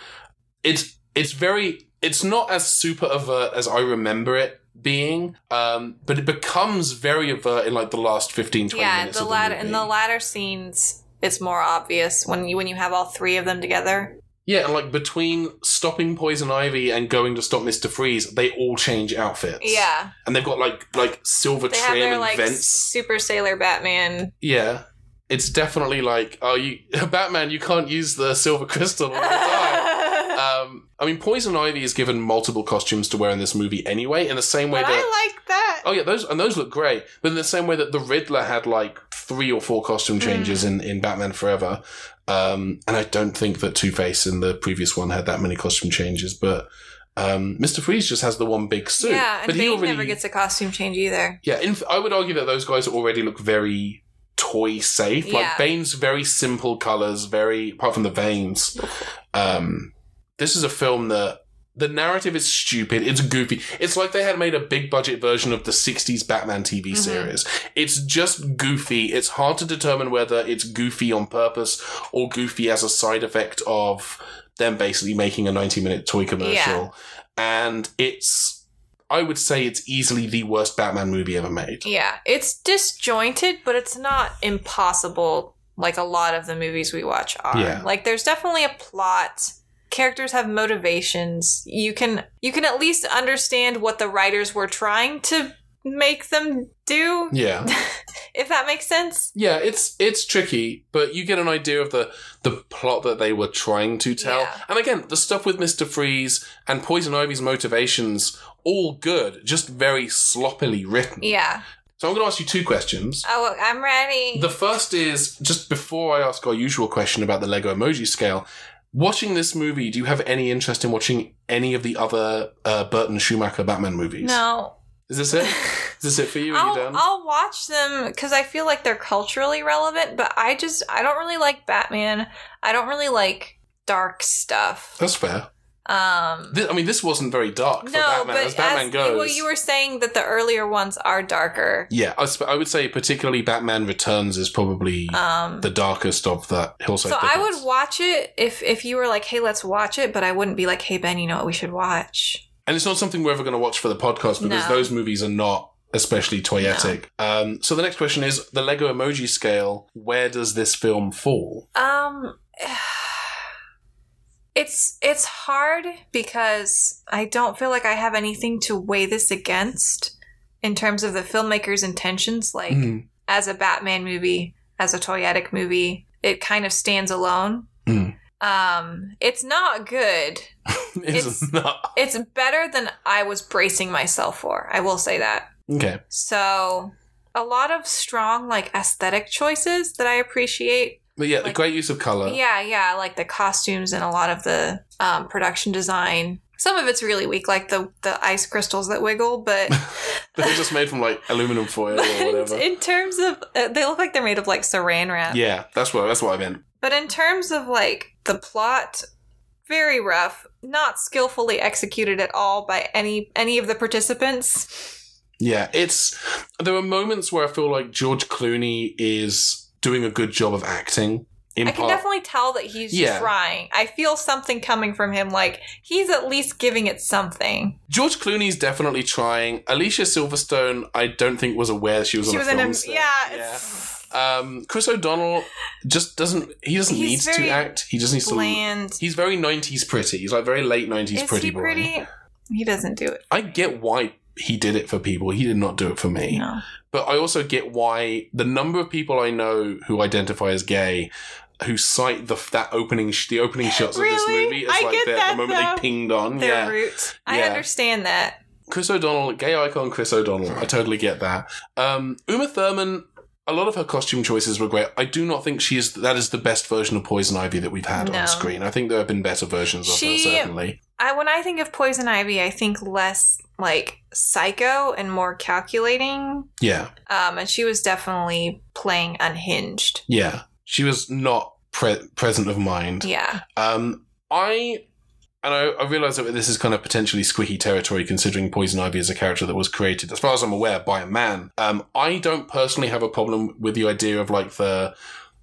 it's it's very it's not as super overt as I remember it being, um, but it becomes very overt in like the last 15, 20
yeah,
minutes.
the
of
latter
movie.
in the latter scenes it's more obvious when you when you have all three of them together.
yeah, and like between stopping Poison Ivy and going to stop Mister Freeze, they all change outfits.
Yeah.
and they've got like like silver
They
trim
have their
and
like
vents.
super sailor Batman
Yeah. It's definitely like, oh, you Batman, you can't use the silver crystal all the time. Um, I mean, Poison Ivy is given multiple costumes to wear in this movie anyway, in the same way
but
that.
I like that.
Oh yeah, those and those look great. But in the same way that the Riddler had like three or four
Mm.
costume changes in, in Batman Forever, um, and I don't think that Two Face in the previous one had that many costume changes. But um, Mister Freeze just has the one big suit.
yeah, and
but
Bane never gets a costume change either.
yeah, in, I would argue that those guys already look very toy safe. Like
Yeah.
Bane's very simple colors, very apart from the veins. Um, this is a film that the narrative is stupid. It's goofy. It's like they had made a big budget version of the '60s Batman TV
Mhm.
series. It's just goofy. It's hard to determine whether it's goofy on purpose or goofy as a side effect of them basically making a 90 minute toy commercial.
Yeah.
And it's, I would say it's easily the worst Batman movie ever made.
Yeah, it's disjointed, but it's not impossible like a lot of the movies we watch are.
Yeah.
Like there's definitely a plot. Characters have motivations. You can you can at least understand what the writers were trying to make them do,
Yeah.
if that makes sense.
Yeah, it's it's tricky, but you get an idea of the the plot that they were trying to tell.
Yeah.
And again, the stuff with Mister Freeze and Poison Ivy's motivations, all good, just very sloppily written.
Yeah.
So I'm going to ask you two questions.
Oh, I'm ready.
The first is just before I ask our usual question about the Lego Emoji Scale. Watching this movie, do you have any interest in watching any of the other uh, Burton Schumacher Batman movies?
no,
Is this it? Is this it for you? Are you
I'll,
done?
I'll watch them because I feel like they're culturally relevant, but I just I don't really like Batman. I don't really like dark stuff.
That's fair.
Um,
Thi- I mean, this wasn't very dark for
no,
Batman.
but
as Batman
as,
goes,
well, you were saying that the earlier ones are darker.
Yeah, I, sp- I would say particularly Batman Returns is probably
Um,
the darkest of that hillside.
so I
Picnics.
would watch it if if you were like, hey, let's watch it, but I wouldn't be like, hey, Ben, you know what we should watch.
and it's not something we're ever going to watch for the podcast because
No.
those movies are not especially toyetic. Um, so the next question is the Lego Emoji Scale. Where does this film fall?
Um, it's it's hard because I don't feel like I have anything to weigh this against in terms of the filmmaker's intentions. Like
Mm.
as a Batman movie, as a toyetic movie, it kind of stands alone.
Mm.
Um, it's not good.
It's,
It's-
not
It's better than I was bracing myself for. I will say that.
okay.
So a lot of strong like aesthetic choices that I appreciate.
But yeah, the
Like-
great use of color.
Yeah, yeah, like the costumes and a lot of the um, production design. Some of it's really weak, like the the ice crystals that wiggle, but
They're just made from like aluminum foil or
but
whatever.
in terms of uh, they look like they're made of like saran wrap.
yeah, that's what that's what I meant.
But in terms of like the plot, very rough, not skillfully executed at all by any any of the participants.
Yeah, it's there are moments where I feel like George Clooney is doing a good job of acting. In
I can
part,
definitely tell that he's
Yeah.
trying. I feel something coming from him. Like he's at least giving it something.
George Clooney's definitely trying. Alicia Silverstone, I don't think was aware she was
She
on
was
a
in
film
a
set.
yeah. It's
Um, Chris O'Donnell just doesn't. He doesn't need
He's
to
very
act. He just needs to.
bland.
He's very nineties pretty. He's like very late nineties
Is
pretty
he
boy.
pretty? He doesn't do it.
I get why he did it for people. He did not do it for me.
No.
But I also get why the number of people I know who identify as gay. Who cite the that opening sh- the opening shots of this
Really?
movie as
I
like
get
the, the
that,
moment
though.
they pinged on?
Their
yeah,
roots. I
Yeah.
understand that.
Chris O'Donnell, gay icon Chris O'Donnell. I totally get that. Um, Uma Thurman, a lot of her costume choices were great. I do not think she is that is the best version of Poison Ivy that we've had
No.
on screen. I think there have been better versions of
She-
her certainly.
I when I think of Poison Ivy, I think less like psycho and more calculating.
Yeah,
Um, and she was definitely playing unhinged.
yeah. She was not pre- present of mind.
Yeah.
Um, I and I, I realize that this is kind of potentially squeaky territory, considering Poison Ivy is a character that was created, as far as I'm aware, by a man. Um, I don't personally have a problem with the idea of like the,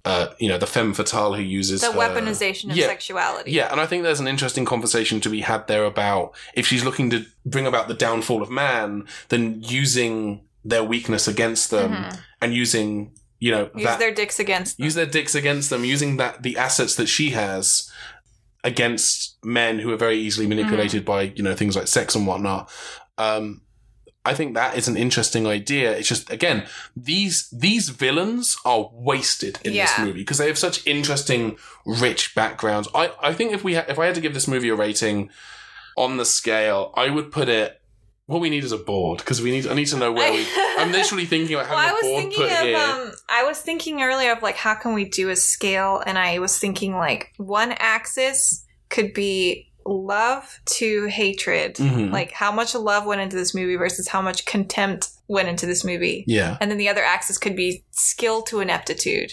uh, you know, the femme fatale who uses
The
her-
weaponization of
uh, Yeah.
sexuality.
Yeah, and I think there's an interesting conversation to be had there about if she's looking to bring about the downfall of man, then using their weakness against them
Mhm.
and using, you know,
Use
that
their dicks against
use their dicks against them, using that the assets that she has against men who are very easily manipulated
Mm.
by you know things like sex and whatnot. Um, I think that is an interesting idea. It's just again these these villains are wasted in this
Yeah.
movie because they have such interesting, rich backgrounds. I I think if we ha- if I had to give this movie a rating on the scale, I would put it. What we need is a board because we need. I need to know where we. I'm literally thinking about
Well, I
having
was
a board put
thinking of
here.
um, I was thinking earlier of like how can we do a scale, and I was thinking like one axis could be love to hatred,
Mhm.
like how much love went into this movie versus how much contempt went into this movie,
yeah.
and then the other axis could be skill to ineptitude,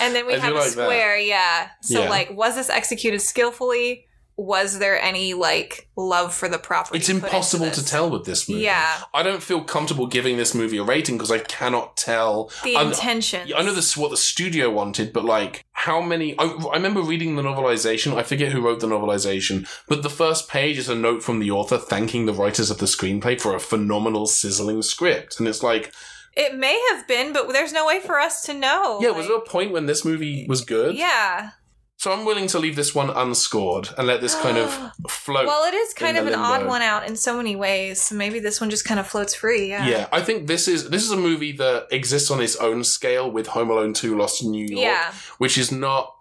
and then we
I do
have a
like that.
square, yeah. So
Yeah.
like, was this executed skillfully? Was there any like love for the property?
it's
put into
impossible to
this?
tell with this movie.
Yeah,
I don't feel comfortable giving this movie a rating because I cannot tell.
the
I'm-
intention.
I know this is what the studio wanted, but like how many? I, I remember reading the novelization. I forget who wrote the novelization, but the first page is a note from the author thanking the writers of the screenplay for a phenomenal, sizzling script, and it's like,
It may have been, but there's no way for us to know.
yeah,
like-
was there a point when this movie was good?
Oh Yeah.
So I'm willing to leave this one unscored and let this kind of float.
Well, it is kind
Oh, in
of
the
an odd
limbo.
one out in so many ways. So maybe this one just kind of floats free. Yeah.
Yeah, I think this is this is a movie that exists on its own scale with Home Alone 2 Lost in New York,
Yeah.
which is not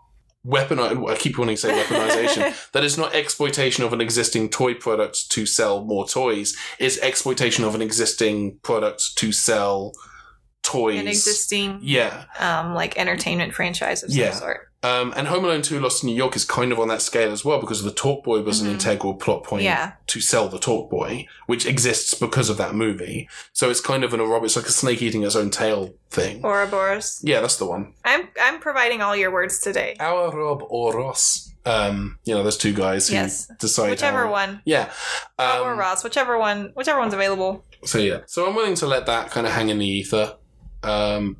weaponized I keep wanting to say weaponization. that is not exploitation of an existing toy product to sell more toys. It's exploitation of an existing product to sell toys.
An existing
yeah.
um like entertainment franchise of some
Yeah.
sort.
Um, and Home Alone 2 Lost in New York is kind of on that scale as well because the Talk Boy was an
Mhm.
integral plot point
Yeah.
to sell the Talk Boy, which exists because of that movie. So it's kind of an aerobic, it's like a snake eating its own tail thing.
Ouroboros.
yeah, that's the one.
I'm I'm providing all your words today.
Our Rob Oros. Um, you know, those two guys who
Yes.
decide.
Whichever
how-
one.
Yeah.
or
Um,
Ross, whichever one, whichever one's available.
so yeah. So I'm willing to let that kind of hang in the ether. Um,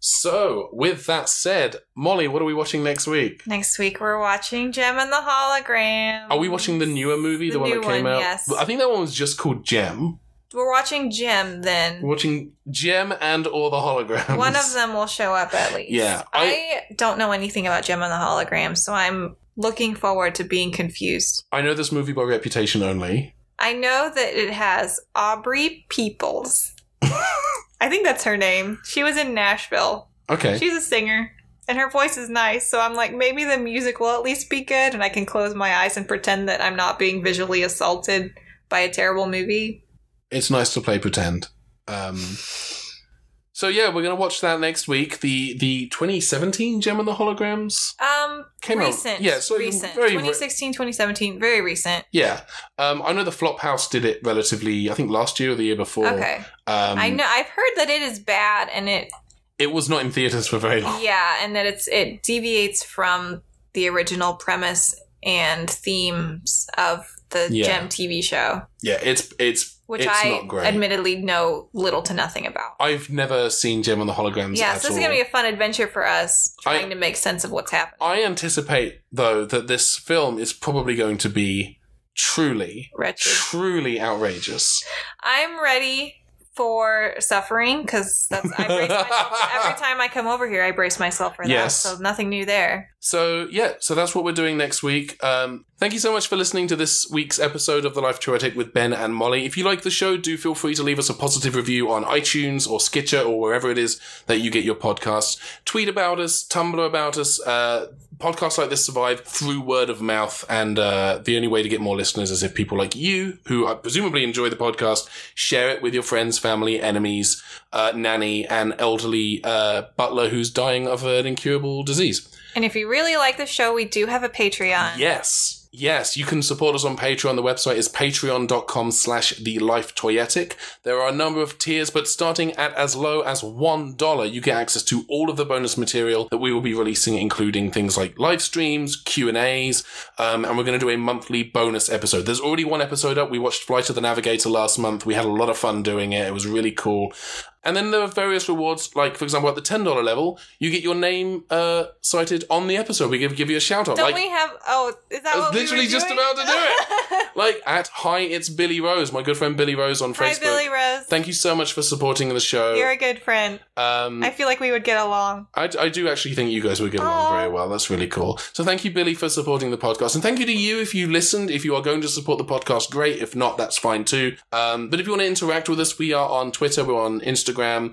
so with that said, Molly, what are we watching next week?
Next week we're watching Gem and the Hologram.
Are we watching the newer movie, the,
The
one that
new
came
one,
out?
yes.
I think that one was just called Gem.
We're watching Gem then.
We're watching Gem and or the holograms.
One of them will show up at least.
Yeah,
I, don't know anything about Gem and the Hologram, so I'm looking forward to being confused.
I know this movie by reputation only.
I know that it has Aubrey Peoples. I think that's her name. She was in Nashville.
Okay.
She's a singer. And her voice is nice, so I'm like, maybe the music will at least be good, and I can close my eyes and pretend that I'm not being visually assaulted by a terrible movie.
it's nice to play pretend. Um, so yeah, we're gonna watch that next week. The the 2017 Gem and the Holograms
Um,
Came out-
recent,
yeah, so
recent,
very re-
2016, 2017, very recent.
Yeah, um, I know the Flophouse did it relatively. I think last year or the year before.
Okay,
Um,
I know. I've heard that it is bad, and it
it was not in theaters for very long.
yeah, and that it's it deviates from the original premise and themes of the
Yeah.
Gem TV show,
Yeah, it's it's
which
It's
I
not great.
admittedly know little to nothing about.
I've never seen Gem and the Holograms.
yeah,
at
so this
all.
is gonna be a fun adventure for us trying
I-
to make sense of what's happening.
I anticipate though that this film is probably going to be truly,
Wretched.
truly outrageous.
I'm ready for suffering because that's I brace myself, every time I come over here, I brace myself for that.
Yes.
So nothing new there.
So yeah, so that's what we're doing next week. Um, thank you so much for listening to this week's episode of the Life Theoretic with Ben and Molly. If you like the show, do feel free to leave us a positive review on iTunes or Skitcher or wherever it is that you get your podcasts. Tweet about us, Tumblr about us. Uh, podcasts like this survive through word of mouth, and uh, the only way to get more listeners is if people like you, who uh, presumably enjoy the podcast, share it with your friends, family, enemies, uh, nanny, and elderly uh, butler who's dying of an incurable disease.
And if you really like the show, we do have a Patreon.
Yes. Yes, you can support us on Patreon. The website is patreon.com slash the life toyetic. There are a number of tiers, but starting at as low as $1, you get access to all of the bonus material that we will be releasing, including things like live streams, Q&As, um, and we're going to do a monthly bonus episode. There's already one episode up. We watched Flight of the Navigator last month. We had a lot of fun doing it. It was really cool. And then there are various rewards, like, for example, at the $10 level, you get your name uh, cited on the episode. We give, give you a shout out.
Don't
like,
we have? Oh, is that
I was
what we were
literally just
doing?
about to do it. like at hi, it's Billy Rose, my good friend Billy Rose on
Hi,
Facebook.
Billy Rose.
Thank you so much for supporting the show.
You're a good friend.
um,
I
I,
feel like we would get along.
I do actually think you guys would get along
Aw.
very well. That's really cool. So thank you, Billy, for supporting the podcast, and thank you to you if you listened. If you are going to support the podcast, great. If not, that's fine too. Um, but if you want to interact with us, we are on Twitter, we're on Instagram. Uh,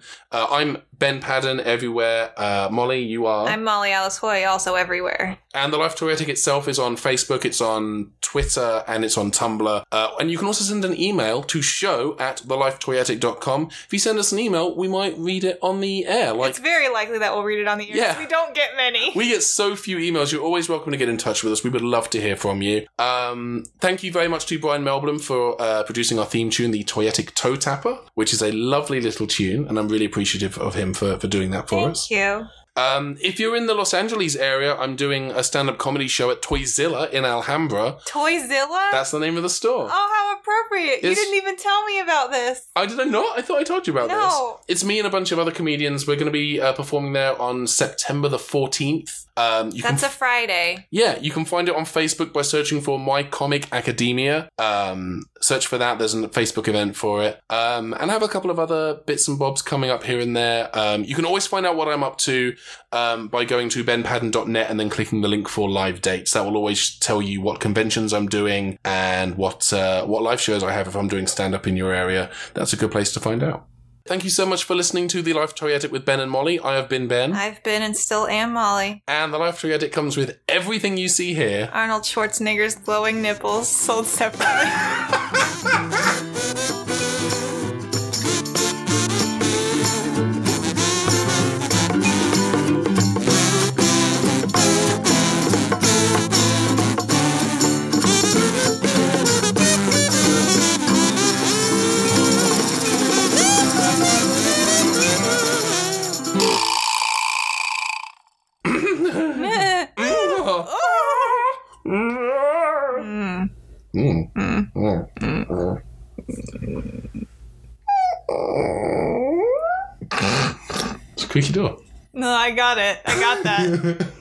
I'm Ben Padden everywhere. Uh, Molly, you are.
I'm Molly Alice Hoy, also everywhere.
And the Life Toyetic itself is on Facebook, it's on Twitter, and it's on Tumblr. Uh, and you can also send an email to show at thelifetoyetic.com. If you send us an email, we might read it on the air. Like,
It's very likely that we'll read it on the air.
Yeah.
'cause We don't get many.
we get so few emails. You're always welcome to get in touch with us. We would love to hear from you. Um, thank you very much to Brian Melblom for uh, producing our theme tune, the Toyetic Toe Tapper, which is a lovely little tune, and I'm really appreciative of him for, for doing that for us.
Thank you.
Um, if you're in the Los Angeles area, I'm doing a stand-up comedy show at Toyzilla in Alhambra.
Toyzilla.
That's the name of the store.
oh, how appropriate! you
It's-
didn't even tell me about this.
I did I not? I thought I told you about
No.
this. It's me and a bunch of other comedians. We're going to be uh, performing there on September the 14th. Um, you
That's
can,
a Friday.
yeah, you can find it on Facebook by searching for My Comic Academia. Um, search for that. There's a Facebook event for it. Um, and I have a couple of other bits and bobs coming up here and there. Um, you can always find out what I'm up to um, by going to benpadden.net and then clicking the link for live dates. That will always tell you what conventions I'm doing and what uh, what live shows I have if I'm doing stand up in your area. That's a good place to find out. Thank you so much for listening to the Life Toy Edit with Ben and Molly. I have been Ben.
I've been and still am Molly.
And the Life Toy Edit comes with everything you see here.
Arnold Schwarzenegger's glowing nipples sold separately.
Squeaky door.
No, I got it. I got that.